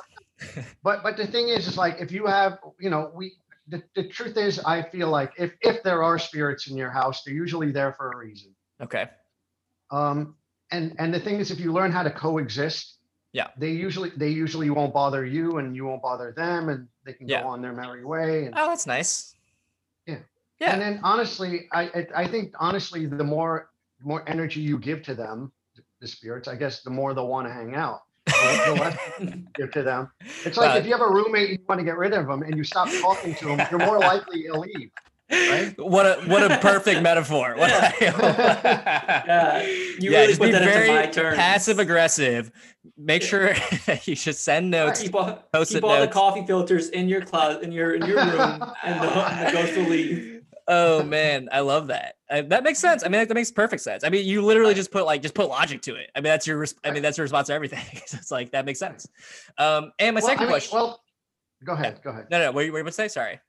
Speaker 5: But but the thing is, is like if you have, you know, we the, the truth is, I feel like if if there are spirits in your house, they're usually there for a reason.
Speaker 3: Okay.
Speaker 5: Um, and and the thing is, if you learn how to coexist,
Speaker 3: Yeah.
Speaker 5: they usually they usually won't bother you, and you won't bother them, and they can
Speaker 3: Yeah.
Speaker 5: go on their merry way. And,
Speaker 3: Oh, that's nice. yeah.
Speaker 5: and then honestly, I I- I think honestly, the more more energy you give to them, the spirits, I guess, the more they'll want to hang out. The less you give to them. It's like
Speaker 3: Uh,
Speaker 5: if you have a roommate and you want to get rid of them, and you stop talking to them, you're more likely to leave. Right?
Speaker 3: What a what a
Speaker 5: [LAUGHS]
Speaker 3: perfect metaphor. [LAUGHS] What a-
Speaker 2: Yeah, you really
Speaker 3: just
Speaker 2: put
Speaker 3: be
Speaker 2: that into
Speaker 3: very
Speaker 2: my terms.
Speaker 3: passive aggressive. Make
Speaker 2: Yeah.
Speaker 3: sure [LAUGHS] that you should send notes.
Speaker 2: Keep all,
Speaker 3: [LAUGHS] Post-it
Speaker 2: keep all the
Speaker 3: notes.
Speaker 2: coffee filters in your closet, in your in your room, and the, and the ghost will leave.
Speaker 5: [LAUGHS]
Speaker 3: Oh man, I love that. Uh, that makes sense. I mean, that, that makes perfect sense. I mean, you literally just put like just put logic to it. I mean, that's your. Res- I mean, that's your response to everything. [LAUGHS] So it's like that makes sense. Um, and [LAUGHS] my
Speaker 5: Well, I
Speaker 3: second
Speaker 5: mean,
Speaker 3: question.
Speaker 5: Well, go ahead. Go ahead.
Speaker 3: no, no, what were you going to say? Sorry.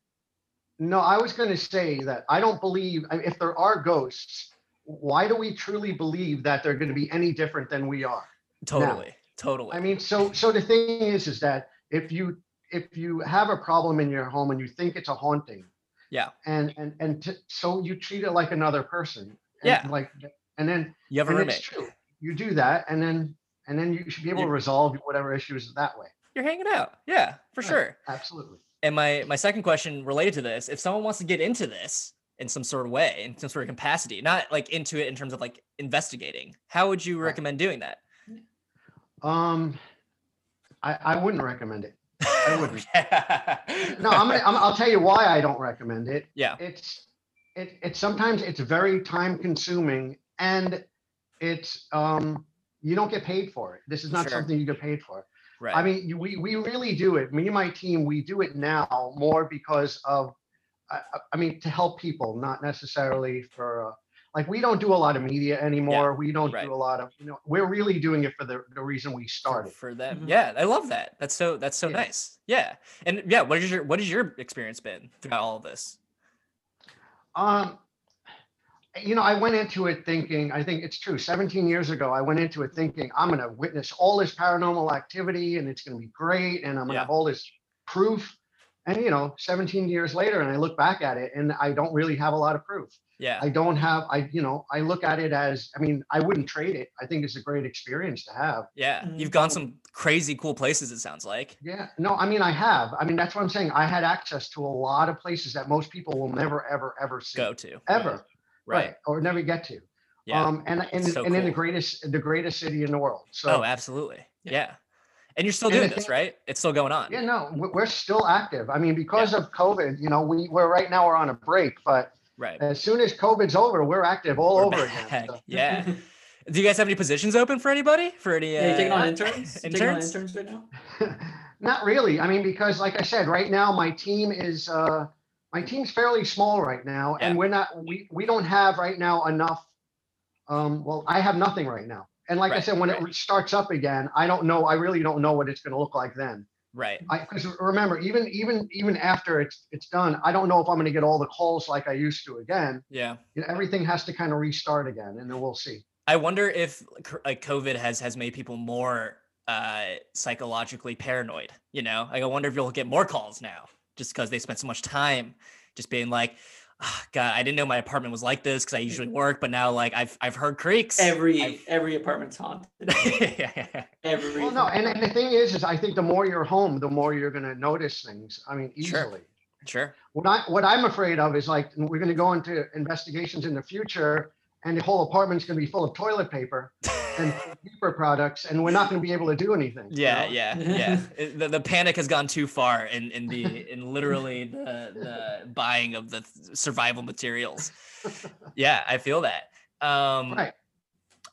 Speaker 5: No, I was going to say that I don't believe I- if there are ghosts, why do we truly believe that they're going to be any different than we are?
Speaker 3: Totally. Totally.
Speaker 5: I mean, so so the thing is, is that if you if you have a problem in your home and you think it's a haunting,
Speaker 3: Yeah.
Speaker 5: and and and t- so you treat it like another person, and
Speaker 3: Yeah.
Speaker 5: like and then
Speaker 3: you have a
Speaker 5: and it's
Speaker 3: roommate.
Speaker 5: true. You do that, and then and then you should be able
Speaker 3: You-
Speaker 5: to resolve whatever issues that way.
Speaker 3: You're hanging out. Yeah, for
Speaker 5: Right.
Speaker 3: sure.
Speaker 5: Absolutely.
Speaker 3: And my my second question related to this, if someone wants to get into this in some sort of way, in some sort of capacity, not like into it in terms of like investigating, how would you
Speaker 5: Right.
Speaker 3: recommend doing that?
Speaker 5: Um, I I wouldn't recommend it.
Speaker 3: I [LAUGHS]
Speaker 5: wouldn't. No, I'm, gonna, I'm I'll tell you why I don't recommend it.
Speaker 3: Yeah.
Speaker 5: it's it it's sometimes it's very time consuming and it's um you don't get paid for it this is not
Speaker 3: Sure.
Speaker 5: something you get paid for
Speaker 3: Right.
Speaker 5: i mean you, we we really do it me and my team we do it now more because of i, I- I mean to help people not necessarily for uh, like we don't do a lot of media anymore we don't
Speaker 3: right.
Speaker 5: do a lot of you know we're really doing it for the, the reason we
Speaker 3: for,
Speaker 5: started
Speaker 3: for them.
Speaker 2: Mhm.
Speaker 3: Yeah, I love that. That's so that's so
Speaker 5: Yeah.
Speaker 3: nice. Yeah. And yeah, what is your what is your experience been throughout all of this?
Speaker 5: Um, you know, I went into it thinking, I think it's true. 17 years ago, I went into it thinking I'm going to witness all this paranormal activity and it's going to be great and I'm going to
Speaker 3: Yeah.
Speaker 5: have all this proof. And, you know, 17 years later, and I look back at it and I don't really have a lot of proof.
Speaker 3: Yeah.
Speaker 5: I don't have, I, you know, I look at it as, I mean, I wouldn't trade it. I think it's a great experience to have.
Speaker 3: yeah.
Speaker 2: Mm.
Speaker 3: You've gone some crazy cool places, it sounds like.
Speaker 5: Yeah. No, I mean, I have. I mean, that's what I'm saying. I had access to a lot of places that most people will never, ever, ever see.
Speaker 3: Go to.
Speaker 5: Ever.
Speaker 3: Right.
Speaker 5: Or never get to.
Speaker 3: Yeah.
Speaker 5: Um, and and,
Speaker 3: so
Speaker 5: and in the
Speaker 3: cool.
Speaker 5: greatest the greatest city in the world. So
Speaker 3: oh, absolutely. Yeah.
Speaker 2: Yeah.
Speaker 3: And you're still
Speaker 5: And the
Speaker 3: doing this,
Speaker 5: thing-
Speaker 3: right? It's still going on.
Speaker 5: yeah, no, we- we're still active. I mean, because of COVID, you know, we we're right now we're on a break, but
Speaker 3: Right.
Speaker 5: as soon as COVID's over, we're active all
Speaker 3: We're
Speaker 5: over
Speaker 3: back.
Speaker 5: again. So,
Speaker 2: [LAUGHS]
Speaker 3: Yeah. Do you guys have any positions open for anybody? For any?
Speaker 2: Mm-hmm. yeah, you taking on
Speaker 3: uh,
Speaker 2: interns? You Taking on
Speaker 3: Interns?
Speaker 2: interns right now?
Speaker 5: [LAUGHS] not really. I mean, because like I said, right now my team is uh my team's fairly small right now, and
Speaker 3: Yeah.
Speaker 5: we're not we we don't have right now enough. Um, well, I have nothing right now. And like I
Speaker 3: Right,
Speaker 5: said, when
Speaker 3: right.
Speaker 5: it starts up again, I don't know. I really don't know what it's going to look like then.
Speaker 3: right.
Speaker 5: I because remember, even even even after it's it's done, I don't know if I'm going to get all the calls like I used to again.
Speaker 3: Yeah.
Speaker 5: You know, everything has to kind of restart again, and then we'll see.
Speaker 3: I wonder if c- like COVID has has made people more uh psychologically paranoid. You know, like I wonder if you'll get more calls now just because they spent so much time just being like. "Ah, God, I didn't know my apartment was like this because I usually work, but now like I've I've heard creaks.
Speaker 2: Every
Speaker 3: I've-
Speaker 2: every apartment's haunted. Every
Speaker 5: Well, no, and, and the thing is, is I think the more you're home, the more you're going to notice things. I mean,
Speaker 3: Sure.
Speaker 5: easily.
Speaker 3: [LAUGHS] sure.
Speaker 5: What I what I'm afraid of is like we're going to go into investigations in the future, and the whole apartment's going to be full of toilet paper
Speaker 3: [LAUGHS]
Speaker 5: and paper products, and we're not going to be able to do anything. you
Speaker 3: Yeah,
Speaker 5: know?
Speaker 3: yeah,
Speaker 5: [LAUGHS]
Speaker 3: yeah. It- the, the panic has gone too far in, in the in literally the, the buying of the th- survival
Speaker 5: [LAUGHS]
Speaker 3: materials. Yeah, I feel that. Um,
Speaker 5: Right.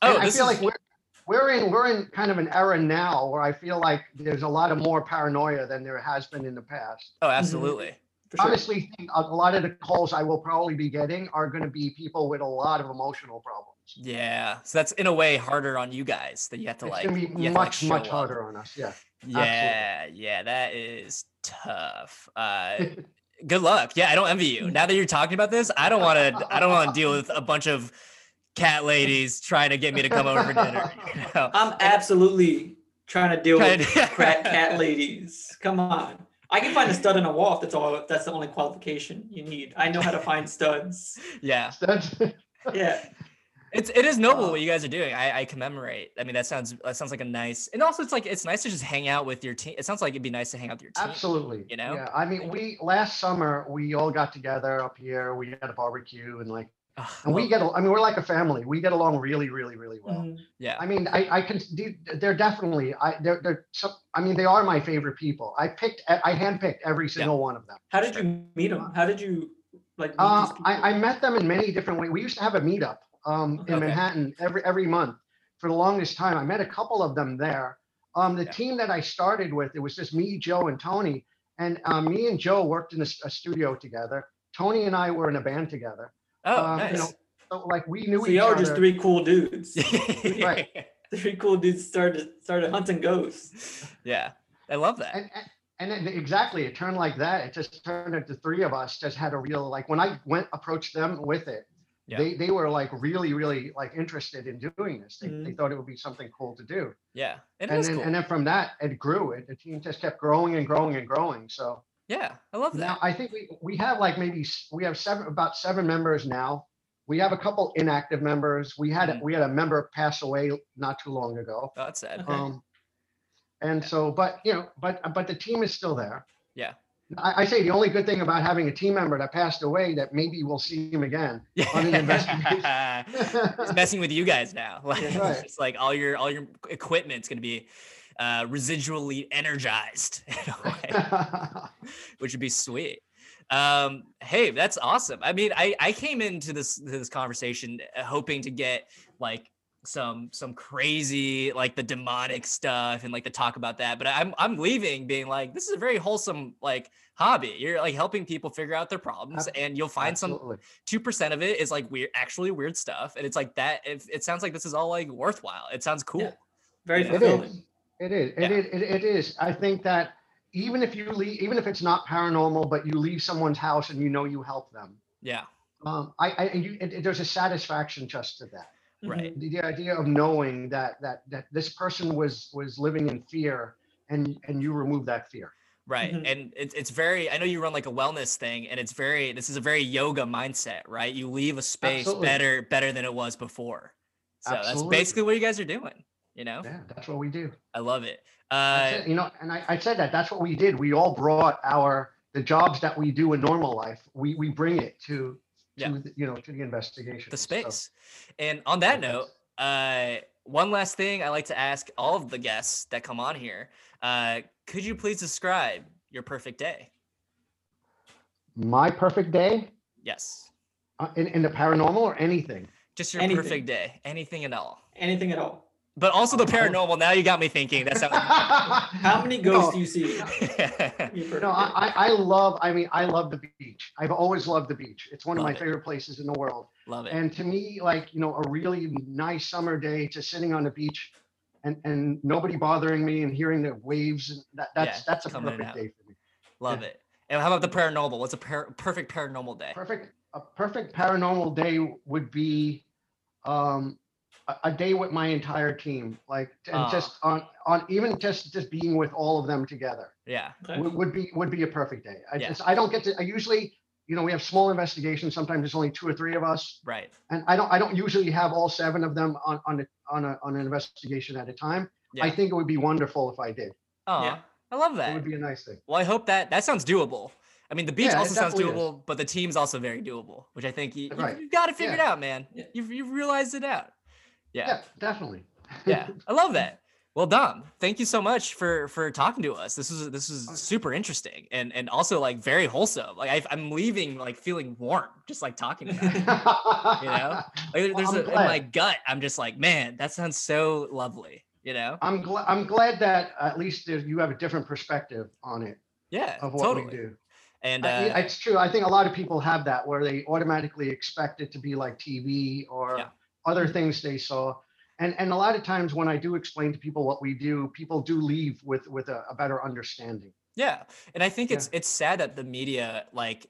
Speaker 3: Oh,
Speaker 5: And I
Speaker 3: this
Speaker 5: feel
Speaker 3: is-
Speaker 5: like we're we're in we're in kind of an era now where I feel like there's a lot of more paranoia than there has been in the past.
Speaker 3: oh, absolutely.
Speaker 2: for sure.
Speaker 5: Honestly, think a a lot of the calls I will probably be getting are going to be people with a lot of emotional problems.
Speaker 3: Yeah. So that's in a way harder on you guys that you have to
Speaker 5: it's
Speaker 3: like.
Speaker 5: going to
Speaker 3: you
Speaker 5: be
Speaker 3: have to, like,
Speaker 5: much
Speaker 3: show
Speaker 5: much
Speaker 3: up.
Speaker 5: harder on us. Yeah.
Speaker 3: Yeah, yeah, that is tough.
Speaker 5: [LAUGHS]
Speaker 3: Uh, good luck. Yeah, I don't envy you. Now that you're talking about this, I don't want to. I don't want to deal with a bunch of cat ladies trying to get me to come over for
Speaker 5: [LAUGHS]
Speaker 3: dinner. [LAUGHS] You know?
Speaker 2: I'm absolutely trying to [LAUGHS] deal
Speaker 3: Trying
Speaker 2: with
Speaker 3: to- [LAUGHS]
Speaker 2: crack cat ladies. Come on. I can find a stud in a waft. That's all. That's the only qualification you need. I know how to find studs.
Speaker 3: Yeah, [LAUGHS]
Speaker 5: That's, [LAUGHS]
Speaker 2: Yeah.
Speaker 3: it's it is noble what you guys are doing. I, I commemorate. I mean, that sounds that sounds like a nice, and also it's like it's nice to just hang out with your team. It sounds like it'd be nice to hang out with your team.
Speaker 5: absolutely.
Speaker 3: You know?
Speaker 5: Yeah. I mean, we last summer we all got together up here. We had a barbecue and like,
Speaker 3: Ugh, I
Speaker 5: and we
Speaker 3: love-
Speaker 5: get. al- I mean, we're like a family. We get along really, really, really well.
Speaker 2: Mm.
Speaker 3: yeah.
Speaker 5: I mean, I, I can. They're definitely. I. They're. They're. So, I mean, they are my favorite people. I picked. I handpicked every single one of them.
Speaker 2: How did you meet them? How did you like? meet
Speaker 5: Uh,
Speaker 2: these people?
Speaker 5: I, I met them in many different ways. We used to have a meetup um, in
Speaker 3: Okay.
Speaker 5: Manhattan every every month for the longest time. I met a couple of them there. Um, the
Speaker 3: Yeah.
Speaker 5: team that I started with, it was just me, Joe, and Tony. And uh, me and Joe worked in a, s- a studio together. Tony and I were in a band together.
Speaker 3: Oh,
Speaker 5: um, you
Speaker 3: nice.
Speaker 5: know, So, like we knew
Speaker 2: so
Speaker 5: each
Speaker 2: y'all are
Speaker 5: other.
Speaker 2: just three cool
Speaker 5: [LAUGHS]
Speaker 2: dudes. [LAUGHS]
Speaker 3: [LAUGHS]
Speaker 5: Right.
Speaker 2: three cool dudes started started hunting ghosts.
Speaker 3: Yeah, I love that.
Speaker 5: and and- and then exactly it turned like that. It just turned into three of us just had a real like when I went approached them with it,
Speaker 3: Yeah.
Speaker 5: they they were like really really like interested in doing this. They, they
Speaker 2: Mhm.
Speaker 5: thought it would be something cool to do,
Speaker 3: yeah, it
Speaker 5: and
Speaker 3: is
Speaker 5: then
Speaker 3: cool.
Speaker 5: and then from that it grew. It the team just kept growing and growing and growing. So
Speaker 3: yeah, I love
Speaker 5: now
Speaker 3: that.
Speaker 5: I think we we have like maybe s- we have seven about seven members now. We have a couple inactive members. We had
Speaker 3: Mhm.
Speaker 5: we had a member pass away not too long ago.
Speaker 3: Oh, that's sad. [LAUGHS]
Speaker 5: [LAUGHS]
Speaker 2: Okay.
Speaker 5: Um, and so, but you know, but but the team is still there.
Speaker 3: Yeah.
Speaker 5: I, I say the only good thing about having a team member that passed away that maybe we'll see him again. On an
Speaker 3: Yeah. [LAUGHS] It's
Speaker 5: [LAUGHS]
Speaker 3: messing with you guys now. [LAUGHS] Like
Speaker 2: Yeah.
Speaker 5: Right.
Speaker 3: it's like all your all your equipment's gonna be uh, residually energized [LAUGHS] in
Speaker 5: [LAUGHS]
Speaker 3: a way. which would be sweet. Um, hey, that's awesome. I mean, I I came into this to this conversation uh, hoping to get like some some crazy like the demonic stuff and like to talk about that, but I'm I'm leaving being like this is a very wholesome like hobby. You're like helping people figure out their problems,
Speaker 5: Ab-
Speaker 3: and you'll find some [LAUGHS]
Speaker 5: Absolutely.
Speaker 3: two percent of it is like weird, actually weird stuff, and it's like that. It, it sounds like this is all like worthwhile. It sounds cool.
Speaker 2: Very
Speaker 3: Yeah.
Speaker 5: It
Speaker 2: fulfilling.
Speaker 5: is. It is. It,
Speaker 3: Yeah.
Speaker 5: is it, it is. I think that even if you leave, even if it's not paranormal, but you leave someone's house and you know you help them.
Speaker 3: Yeah,
Speaker 5: Um, I, I and you, it, it- there's a satisfaction just to that.
Speaker 3: right.
Speaker 5: The, the idea of knowing that that that this person was was living in fear, and and you remove that fear.
Speaker 3: Right.
Speaker 5: Mm-hmm.
Speaker 2: Mhm.
Speaker 3: And it's it's very I know you run like a wellness thing and it's very this is a very yoga mindset, right? You leave a space
Speaker 5: Absolutely.
Speaker 3: better better than it was before. So
Speaker 5: Absolutely.
Speaker 3: that's basically what you guys are doing. You know?
Speaker 5: Yeah, that's what we do.
Speaker 3: I love it.
Speaker 5: That's
Speaker 3: Uh
Speaker 5: it, you know, and I, I said that that's what we did. We all brought our the jobs that we do in normal life. We we bring it to
Speaker 3: Yeah.
Speaker 5: to the, you know to the investigation.
Speaker 3: the
Speaker 5: So,
Speaker 3: space. And on that
Speaker 5: yes.
Speaker 3: note, uh one last thing I like to ask all of the guests that come on here. Uh could you please describe your perfect day?
Speaker 5: my perfect day
Speaker 3: Yes.
Speaker 5: uh, in, in the paranormal or anything.
Speaker 3: Just your
Speaker 2: Anything.
Speaker 3: perfect day. Anything at all.
Speaker 2: Anything at all.
Speaker 3: But also the
Speaker 5: Oh.
Speaker 3: paranormal. Now you got me thinking.
Speaker 5: [LAUGHS]
Speaker 3: That sounds
Speaker 5: How
Speaker 2: How many ghosts
Speaker 5: No.
Speaker 2: do you see? You
Speaker 5: No, I, I I love. I mean, I love the beach. I've always loved the beach. It's one of
Speaker 3: Love
Speaker 5: my
Speaker 3: it.
Speaker 5: favorite places in the world.
Speaker 3: [LAUGHS] Love it.
Speaker 5: And to me, like you know, a really nice summer day, just sitting on the beach, and and nobody bothering me and hearing the waves. And that, that's
Speaker 3: Yeah,
Speaker 5: that's a
Speaker 3: coming in and
Speaker 5: perfect
Speaker 3: out.
Speaker 5: day for me.
Speaker 3: Love it. And how about the paranormal? What's a par- perfect paranormal day?
Speaker 5: perfect a perfect paranormal day would be um a, a day with my entire team like and
Speaker 3: Ah.
Speaker 5: just on on even just just being with all of them together
Speaker 3: Yeah.
Speaker 2: Okay.
Speaker 5: [LAUGHS] would, would be would be a perfect day i
Speaker 3: Yeah.
Speaker 5: just i don't get to i usually you know we have small investigations sometimes there's only two or three of us
Speaker 3: Right.
Speaker 5: and i don't i don't usually have all seven of them on on a, on, a, on an investigation at a time i
Speaker 3: Yeah.
Speaker 5: think it would be wonderful if i did
Speaker 3: Oh,
Speaker 2: Yeah.
Speaker 3: I love
Speaker 5: it
Speaker 3: that.
Speaker 5: would be a nice thing
Speaker 3: well, I hope that that sounds doable. I mean, the beach
Speaker 5: Yeah, it
Speaker 3: also sounds
Speaker 5: definitely is.
Speaker 3: doable, but the team's also very doable, which I think you,
Speaker 5: Right.
Speaker 3: you, have got to figure it out, man.
Speaker 2: Yeah.
Speaker 3: You've, you've realized it
Speaker 5: [LAUGHS]
Speaker 3: out. Yeah.
Speaker 5: yeah definitely
Speaker 3: [LAUGHS]
Speaker 5: [LAUGHS]
Speaker 3: Yeah. I love that. Well, Dom, thank you so much for for talking to us. This was this was
Speaker 5: Okay.
Speaker 3: super interesting and and also like very wholesome. Like I, I'm leaving like feeling warm, just like talking about
Speaker 5: [LAUGHS]
Speaker 3: it.
Speaker 5: you
Speaker 3: know? Like, there-
Speaker 5: Well,
Speaker 3: there's
Speaker 5: I'm
Speaker 3: a, in
Speaker 5: glad.
Speaker 3: my gut, I'm just like, man, that sounds so lovely. You know?
Speaker 5: I'm glad. I'm glad that at least there, you have a different perspective on it
Speaker 3: Yeah,
Speaker 5: of what
Speaker 3: totally.
Speaker 5: we do.
Speaker 3: And uh,
Speaker 5: I- it's true. I think a lot of people have that where they automatically expect it to be like TV or
Speaker 3: Yeah.
Speaker 5: other things they saw. And and a lot of times when I do explain to people what we do, people do leave with with a, a better understanding.
Speaker 3: yeah, and I think
Speaker 5: Yeah.
Speaker 3: it's it's sad that the media like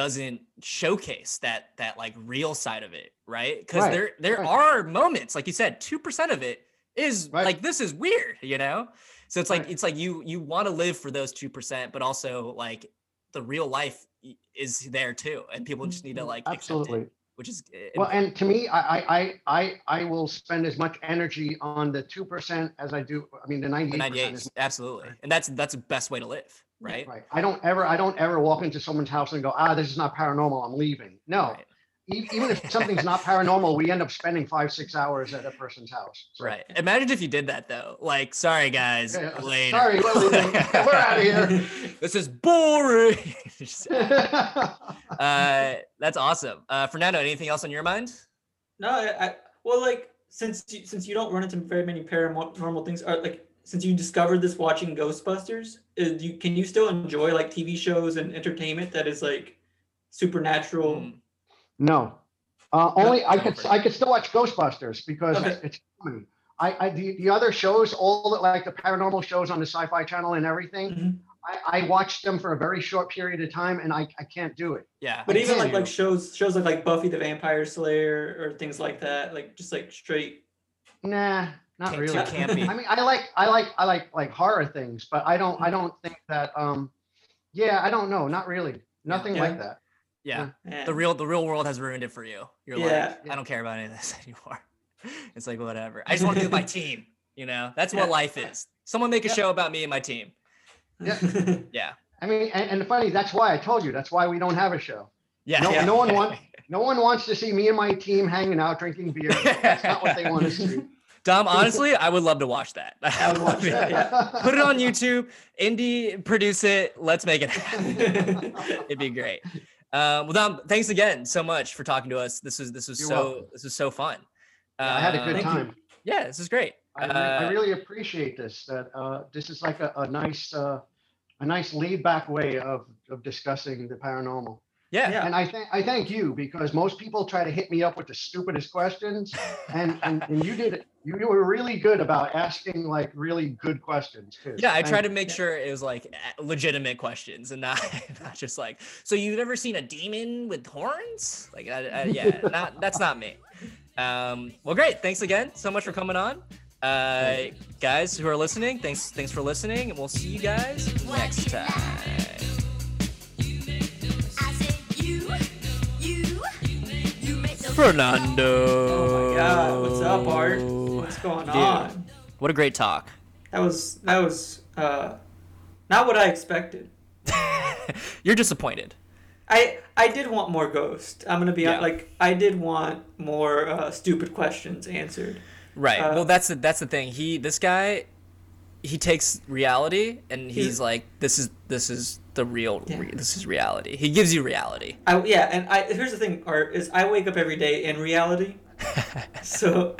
Speaker 3: doesn't showcase that that like real side of it, right? Because
Speaker 5: Right,
Speaker 3: there there
Speaker 5: right.
Speaker 3: are moments, like you said, two percent of it is
Speaker 5: Right.
Speaker 3: like this is weird, you know. So it's like
Speaker 5: Right.
Speaker 3: it's like you you want to live for those two percent, but also like the real life i- is there too, and people just need to like
Speaker 5: Mm-hmm. Absolutely.
Speaker 3: accept it, which is eh,
Speaker 5: Well, and to me, I, I, I, I, I will spend as much energy on the two percent as I do. I mean, the
Speaker 3: the
Speaker 5: ninety-eight percent
Speaker 3: 98
Speaker 5: is
Speaker 3: absolutely, and that's that's the best way to live, right?
Speaker 5: right. I don't ever, I don't ever walk into someone's house and go, ah, this is not paranormal. I'm leaving. No,
Speaker 3: Right.
Speaker 5: E- even if something's not paranormal, we end up spending five, six hours at a person's house. So-
Speaker 3: Right. Imagine if you did that though. Like, sorry guys,
Speaker 5: Yeah,
Speaker 3: later.
Speaker 5: Sorry, we're leaving. We're out of here.
Speaker 3: [LAUGHS] this is boring. [LAUGHS] Just-
Speaker 5: [LAUGHS] yeah,
Speaker 3: uh, that's awesome. Uh, Fernando, anything else on your mind?
Speaker 2: [LAUGHS] No, I, I well, like since you, since you don't run into very many paranormal things, or like since you discovered this watching Ghostbusters, is you can you still enjoy like TV shows and entertainment that is like supernatural?
Speaker 3: Mm,
Speaker 5: No, uh, only I could
Speaker 3: Over.
Speaker 5: I could still watch Ghostbusters because
Speaker 2: Okay.
Speaker 5: it's comedy. I, I the, the other shows, all the, like the paranormal shows on the Sci-Fi Channel and everything,
Speaker 2: Mhm.
Speaker 5: I, I watched them for a very short period of time, and I, I can't do it.
Speaker 3: Yeah.
Speaker 2: But
Speaker 5: I
Speaker 2: even like
Speaker 5: do.
Speaker 2: like shows shows like like Buffy the Vampire Slayer or things like that, like just like straight.
Speaker 5: Nah, not
Speaker 3: Can't-
Speaker 5: really.
Speaker 3: Too campy.
Speaker 5: [LAUGHS] I mean, I like I like I like like horror things, but I don't I don't think that um, yeah, I don't know, not really, nothing
Speaker 2: Yeah.
Speaker 5: like that.
Speaker 3: yeah.
Speaker 2: Man. [LAUGHS]
Speaker 3: The real the real world has ruined it for you. You're
Speaker 2: Yeah.
Speaker 3: like, I don't care about any of this [LAUGHS] anymore. It's like whatever. I just want to do my team. You know, that's what
Speaker 2: Yeah.
Speaker 3: life is. Someone make a
Speaker 5: Yeah.
Speaker 3: show about me and my team. Yeah.
Speaker 5: I mean, and, and funny, that's why I told you, that's why we don't have a show.
Speaker 3: Yeah.
Speaker 5: No,
Speaker 2: Yeah.
Speaker 5: no one wants no one wants to see me and my team hanging out drinking beer. That's not what they want to see.
Speaker 3: [LAUGHS] Dom, honestly, I would love to watch that.
Speaker 2: I
Speaker 3: [LAUGHS]
Speaker 2: would watch that, yeah.
Speaker 3: Put it on YouTube. Indie, produce it. Let's make it happen. [LAUGHS] It'd be great. Um, well, Dom, thanks again so much for talking to us. This was this was
Speaker 5: You're
Speaker 3: so
Speaker 5: welcome.
Speaker 3: this was so fun.
Speaker 5: I had a
Speaker 3: Uh,
Speaker 5: good
Speaker 2: Thank you.
Speaker 5: time.
Speaker 3: Yeah, this is great.
Speaker 5: I, re- I
Speaker 3: Uh,
Speaker 5: really appreciate this. That uh, this is like a, a nice uh, a nice laid back way of of discussing the paranormal.
Speaker 3: yeah,
Speaker 2: Yeah.
Speaker 5: And I thank I thank you because most people try to hit me up with the stupidest questions, and and, and you did you, you were really good about asking like really good questions too.
Speaker 3: yeah. I
Speaker 5: Thank
Speaker 3: try to
Speaker 5: you.
Speaker 3: make
Speaker 2: Yeah.
Speaker 3: sure it was like a- legitimate questions and not [LAUGHS] not just like. So you've never seen a demon with horns? Like, I, I, yeah, not that's not me. Um, well, great. Thanks again so much for coming on, uh, guys who are listening. Thanks, thanks for listening, and we'll see you guys next time.
Speaker 4: I said you, you, you make no
Speaker 3: Fernando.
Speaker 2: Oh my god, what's up, Art? What's going
Speaker 3: Dude.
Speaker 2: on?
Speaker 3: What a great talk. [LAUGHS]
Speaker 2: That was that was uh, not what I expected.
Speaker 3: You're disappointed.
Speaker 2: I I did want more ghost. I'm gonna be
Speaker 3: Yeah.
Speaker 2: like I did want more uh, stupid questions answered.
Speaker 3: Right.
Speaker 2: Uh,
Speaker 3: well, that's the that's the thing. He this guy, he takes reality and he's,
Speaker 2: He's-
Speaker 3: like, this is this is the real.
Speaker 2: Yeah.
Speaker 3: Re- this is reality. He gives you reality.
Speaker 2: I yeah, and I here's the thing, Art is I wake up every day
Speaker 3: [LAUGHS]
Speaker 2: in reality. so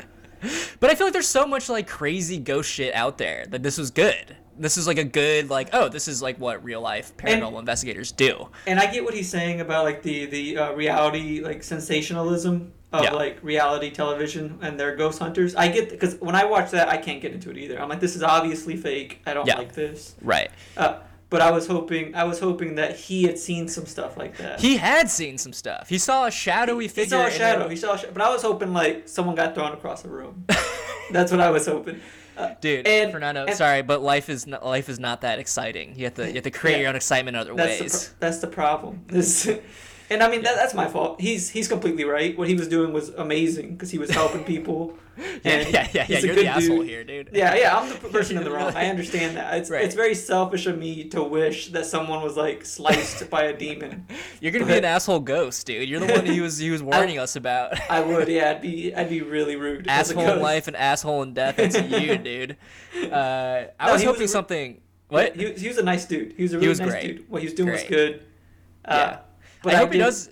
Speaker 3: But I feel like there's so much like crazy ghost shit out there that this was good. This is like a good like oh this is like what real life paranormal investigators do.
Speaker 2: and I get what he's saying about like the the uh, reality like sensationalism of
Speaker 3: Yeah.
Speaker 2: like reality television and their ghost hunters. I get because when I watch that, I can't get into it either. I'm like, this is obviously fake. I don't
Speaker 3: Yeah.
Speaker 2: like this.
Speaker 3: Right.
Speaker 2: Uh, but I was hoping I was hoping that he had seen some stuff like that.
Speaker 3: He had seen some stuff. He saw a shadowy
Speaker 2: He
Speaker 3: figure.
Speaker 2: saw a
Speaker 3: in a-
Speaker 2: shadow. He saw a shadow. But I was hoping like someone got thrown across the room. That's what I was hoping. Uh,
Speaker 3: Dude,
Speaker 2: And-
Speaker 3: Fernando,
Speaker 2: and-
Speaker 3: sorry, but life is not, life is not that exciting. You have to you have to create
Speaker 2: Yeah.
Speaker 3: your own excitement other
Speaker 2: that's the
Speaker 3: ways.
Speaker 2: pro- that's the problem. [LAUGHS] This, and I mean that, that's my fault. He's he's completely right. What he was doing was amazing because he was helping people.
Speaker 3: [LAUGHS] yeah,
Speaker 2: and
Speaker 3: yeah, yeah, yeah.
Speaker 2: he's a
Speaker 3: You're the
Speaker 2: good
Speaker 3: asshole
Speaker 2: dude.
Speaker 3: here, dude.
Speaker 2: Yeah, yeah, I'm the person
Speaker 3: [LAUGHS]
Speaker 2: in the wrong. I
Speaker 3: Really?
Speaker 2: understand that. It's
Speaker 3: Right.
Speaker 2: it's very selfish of me to wish that someone was like sliced by a demon.
Speaker 3: You're gonna
Speaker 2: [LAUGHS]
Speaker 3: be an asshole ghost, dude. You're the one he was he was warning us about.
Speaker 2: I would, yeah, I'd be I'd be really rude. as a
Speaker 3: [LAUGHS] asshole in
Speaker 2: ghost.
Speaker 3: life and asshole in death. It's
Speaker 2: [LAUGHS]
Speaker 3: you, dude. Uh, I
Speaker 2: No,
Speaker 3: was
Speaker 2: he was
Speaker 3: hoping
Speaker 2: a re-
Speaker 3: something. What?
Speaker 2: He, was- he was a nice dude. He was a really
Speaker 3: was
Speaker 2: nice
Speaker 3: great.
Speaker 2: dude. What he was doing was
Speaker 3: Great.
Speaker 2: good.
Speaker 3: Yeah.
Speaker 2: Uh, but
Speaker 3: I hope he
Speaker 2: did-
Speaker 3: does.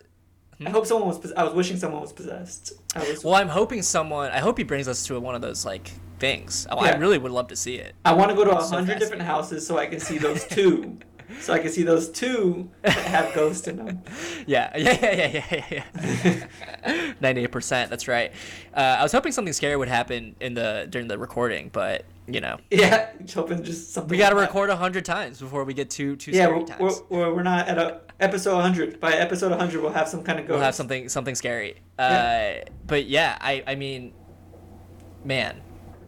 Speaker 2: I hope someone was. pos- I was wishing someone was possessed. I was.
Speaker 3: Well, I'm hoping someone. I hope he brings us to one of those like things. Oh, I
Speaker 2: Yeah.
Speaker 3: really would love to see it.
Speaker 2: I want to go to a
Speaker 3: so
Speaker 2: hundred different houses so I can see those two. so I can see those two that have ghosts in them.
Speaker 3: Yeah, [LAUGHS] yeah, yeah, yeah, yeah, yeah,
Speaker 2: [LAUGHS]
Speaker 3: yeah. Ninety-eight percent. That's right. Uh, I was hoping something scary would happen in the during the recording, but you know,
Speaker 2: Yeah, hoping just something.
Speaker 3: we got to
Speaker 2: like that.
Speaker 3: record a hundred times before we get too too
Speaker 2: Yeah,
Speaker 3: scary
Speaker 2: we're,
Speaker 3: times.
Speaker 2: we're, we're, we're not at a episode 100. By episode 100, we'll have some kind of ghost.
Speaker 3: we'll have something something scary. Uh,
Speaker 2: Yeah.
Speaker 3: But yeah, I I mean, man,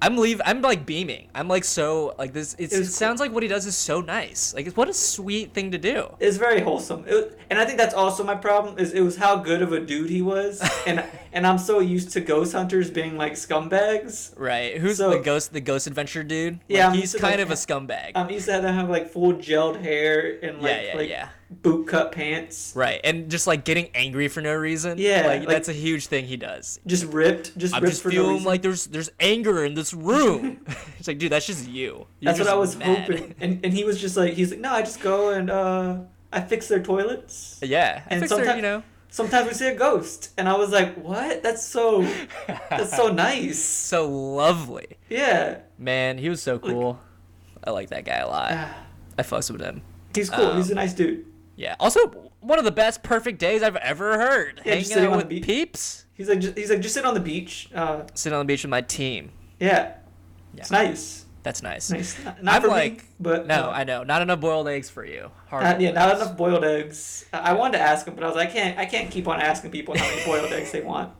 Speaker 3: I'm leave. I'm like beaming. I'm like so like this. It's,
Speaker 2: It
Speaker 3: it,
Speaker 2: was cool.
Speaker 3: sounds like what he does is so nice. Like it's- what a sweet thing to do.
Speaker 2: It's very wholesome, it, was- and I think that's also my problem. Is it was how good of a dude
Speaker 3: [LAUGHS]
Speaker 2: he was, and and I'm so used to ghost hunters being like scumbags.
Speaker 3: Right? Who's
Speaker 2: So-
Speaker 3: the ghost? The ghost adventure dude.
Speaker 2: Yeah,
Speaker 3: Like,
Speaker 2: I'm
Speaker 3: he's
Speaker 2: used to,
Speaker 3: kind
Speaker 2: like, eh,
Speaker 3: of a scumbag.
Speaker 2: I'm used to having to have like full gelled hair and like
Speaker 3: yeah, yeah,
Speaker 2: like
Speaker 3: yeah.
Speaker 2: boot cut pants,
Speaker 3: Right, and just like getting angry for no reason.
Speaker 2: Yeah,
Speaker 3: like,
Speaker 2: like-
Speaker 3: that's a huge thing he does.
Speaker 2: just ripped, just
Speaker 3: I'm
Speaker 2: ripped
Speaker 3: just
Speaker 2: for
Speaker 3: feeling
Speaker 2: no reason.
Speaker 3: like there's there's anger in this
Speaker 2: [LAUGHS]
Speaker 3: room. [LAUGHS] it's like, dude, that's just you. You're
Speaker 2: that's what
Speaker 3: just
Speaker 2: I was
Speaker 3: mad.
Speaker 2: hoping, and and he was just like he's like no, I just go and uh I fix their toilets.
Speaker 3: Yeah, I
Speaker 2: And
Speaker 3: fixed her,
Speaker 2: sometimes-
Speaker 3: you know.
Speaker 2: Sometimes we see a ghost, and I was like, what? That's so that's
Speaker 3: [LAUGHS]
Speaker 2: so nice.
Speaker 3: so lovely.
Speaker 2: Yeah,
Speaker 3: Man, he was so cool. I like that guy a
Speaker 2: uh,
Speaker 3: lot. I fucks with him.
Speaker 2: he's cool.
Speaker 3: Um,
Speaker 2: he's a nice dude.
Speaker 3: Yeah. Also, one of the best perfect days I've ever heard.
Speaker 2: Yeah, just
Speaker 3: Hanging
Speaker 2: sitting
Speaker 3: out
Speaker 2: on the
Speaker 3: with
Speaker 2: beach.
Speaker 3: peeps,
Speaker 2: He's like, just, he's like, just sit on the beach. Uh,
Speaker 3: sitting on the beach with my team.
Speaker 2: yeah.
Speaker 3: Yeah.
Speaker 2: it's nice.
Speaker 3: That's
Speaker 2: [LAUGHS]
Speaker 3: nice.
Speaker 2: Nice. Not,
Speaker 3: I'm
Speaker 2: not for
Speaker 3: like,
Speaker 2: me, but
Speaker 3: No,
Speaker 2: uh,
Speaker 3: I know. Not enough boiled eggs for you. Hard.
Speaker 2: not- Uh, yeah,
Speaker 3: boiled
Speaker 2: not
Speaker 3: eggs.
Speaker 2: enough boiled eggs. I, I wanted to ask him, but I was like, I can't, I can't keep on asking people how many boiled eggs they
Speaker 3: [LAUGHS]
Speaker 2: want.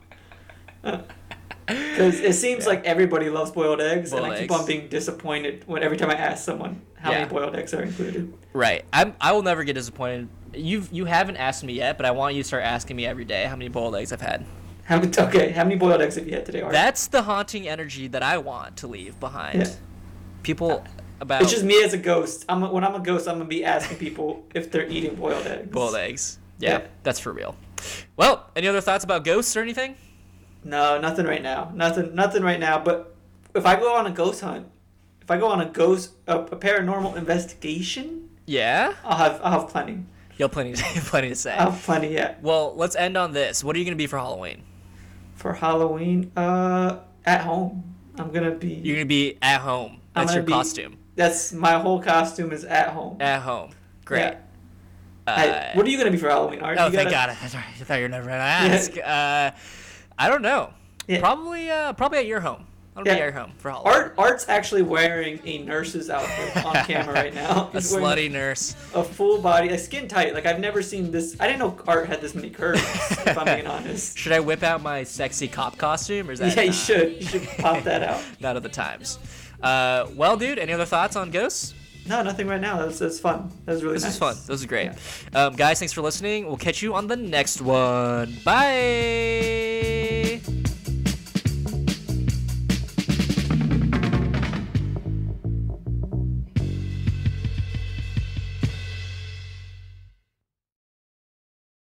Speaker 2: Because it seems
Speaker 3: Yeah.
Speaker 2: like everybody loves boiled eggs, and
Speaker 3: Boiled
Speaker 2: I keep
Speaker 3: eggs.
Speaker 2: on being disappointed when every time I ask someone how
Speaker 3: Yeah.
Speaker 2: many boiled eggs are included.
Speaker 3: Right. I'm. I will never get disappointed. You've. You haven't asked me yet, but I want you to start asking me every day how many boiled eggs I've had.
Speaker 2: How many? Okay, how many boiled eggs have you had today? Art?
Speaker 3: That's the haunting energy that I want to leave behind.
Speaker 2: Yeah. Uh,
Speaker 3: People about
Speaker 2: it's just me as a ghost. I'm a, when I'm a ghost, I'm gonna be asking people if they're eating boiled eggs.
Speaker 3: boiled eggs. Yeah,
Speaker 2: Yeah.
Speaker 3: that's for real. Well, any other thoughts about ghosts or anything?
Speaker 2: No, nothing right now. Nothing, nothing right now. But if I go on a ghost hunt, if I go on a ghost, a, a paranormal investigation,
Speaker 3: Yeah,
Speaker 2: I'll have, I'll have plenty. Um,
Speaker 3: you have plenty, to, [LAUGHS] plenty to say.
Speaker 2: I'll have plenty. Yeah.
Speaker 3: well, let's end on this. What are you gonna be for Halloween?
Speaker 2: For Halloween, uh, at home, I'm gonna be.
Speaker 3: You're gonna be at home.
Speaker 2: I'm
Speaker 3: That's
Speaker 2: gonna
Speaker 3: your
Speaker 2: be-
Speaker 3: costume.
Speaker 2: That's my whole costume is at home.
Speaker 3: At home. Great.
Speaker 2: Yeah.
Speaker 3: Uh,
Speaker 2: Hey, what are you gonna be for Halloween? Art?
Speaker 3: oh,
Speaker 2: You
Speaker 3: thank
Speaker 2: gotta-
Speaker 3: God. [LAUGHS] That's right. I thought you were never gonna ask. uh, I don't know.
Speaker 2: Yeah.
Speaker 3: Probably, uh, probably at your home. I'll be
Speaker 2: Yeah.
Speaker 3: at your home for Halloween.
Speaker 2: Art, Art's actually wearing a nurse's
Speaker 3: [LAUGHS]
Speaker 2: outfit on camera right now.
Speaker 3: A
Speaker 2: He's wearing-
Speaker 3: slutty nurse.
Speaker 2: a full body, a skin tight. Like I've never seen this. I didn't know Art had this many curves. if
Speaker 3: [LAUGHS]
Speaker 2: I'm being honest.
Speaker 3: Should I whip out my sexy cop costume, or is that
Speaker 2: Yeah, you
Speaker 3: not-
Speaker 2: should. You should pop that out.
Speaker 3: not of the times? Uh, well, dude, any other thoughts on ghosts?
Speaker 2: No, nothing right now. That's that's fun. That was really
Speaker 3: This
Speaker 2: nice.
Speaker 3: is fun. This is great. Um, guys, thanks for listening. We'll catch you on the next one. Bye.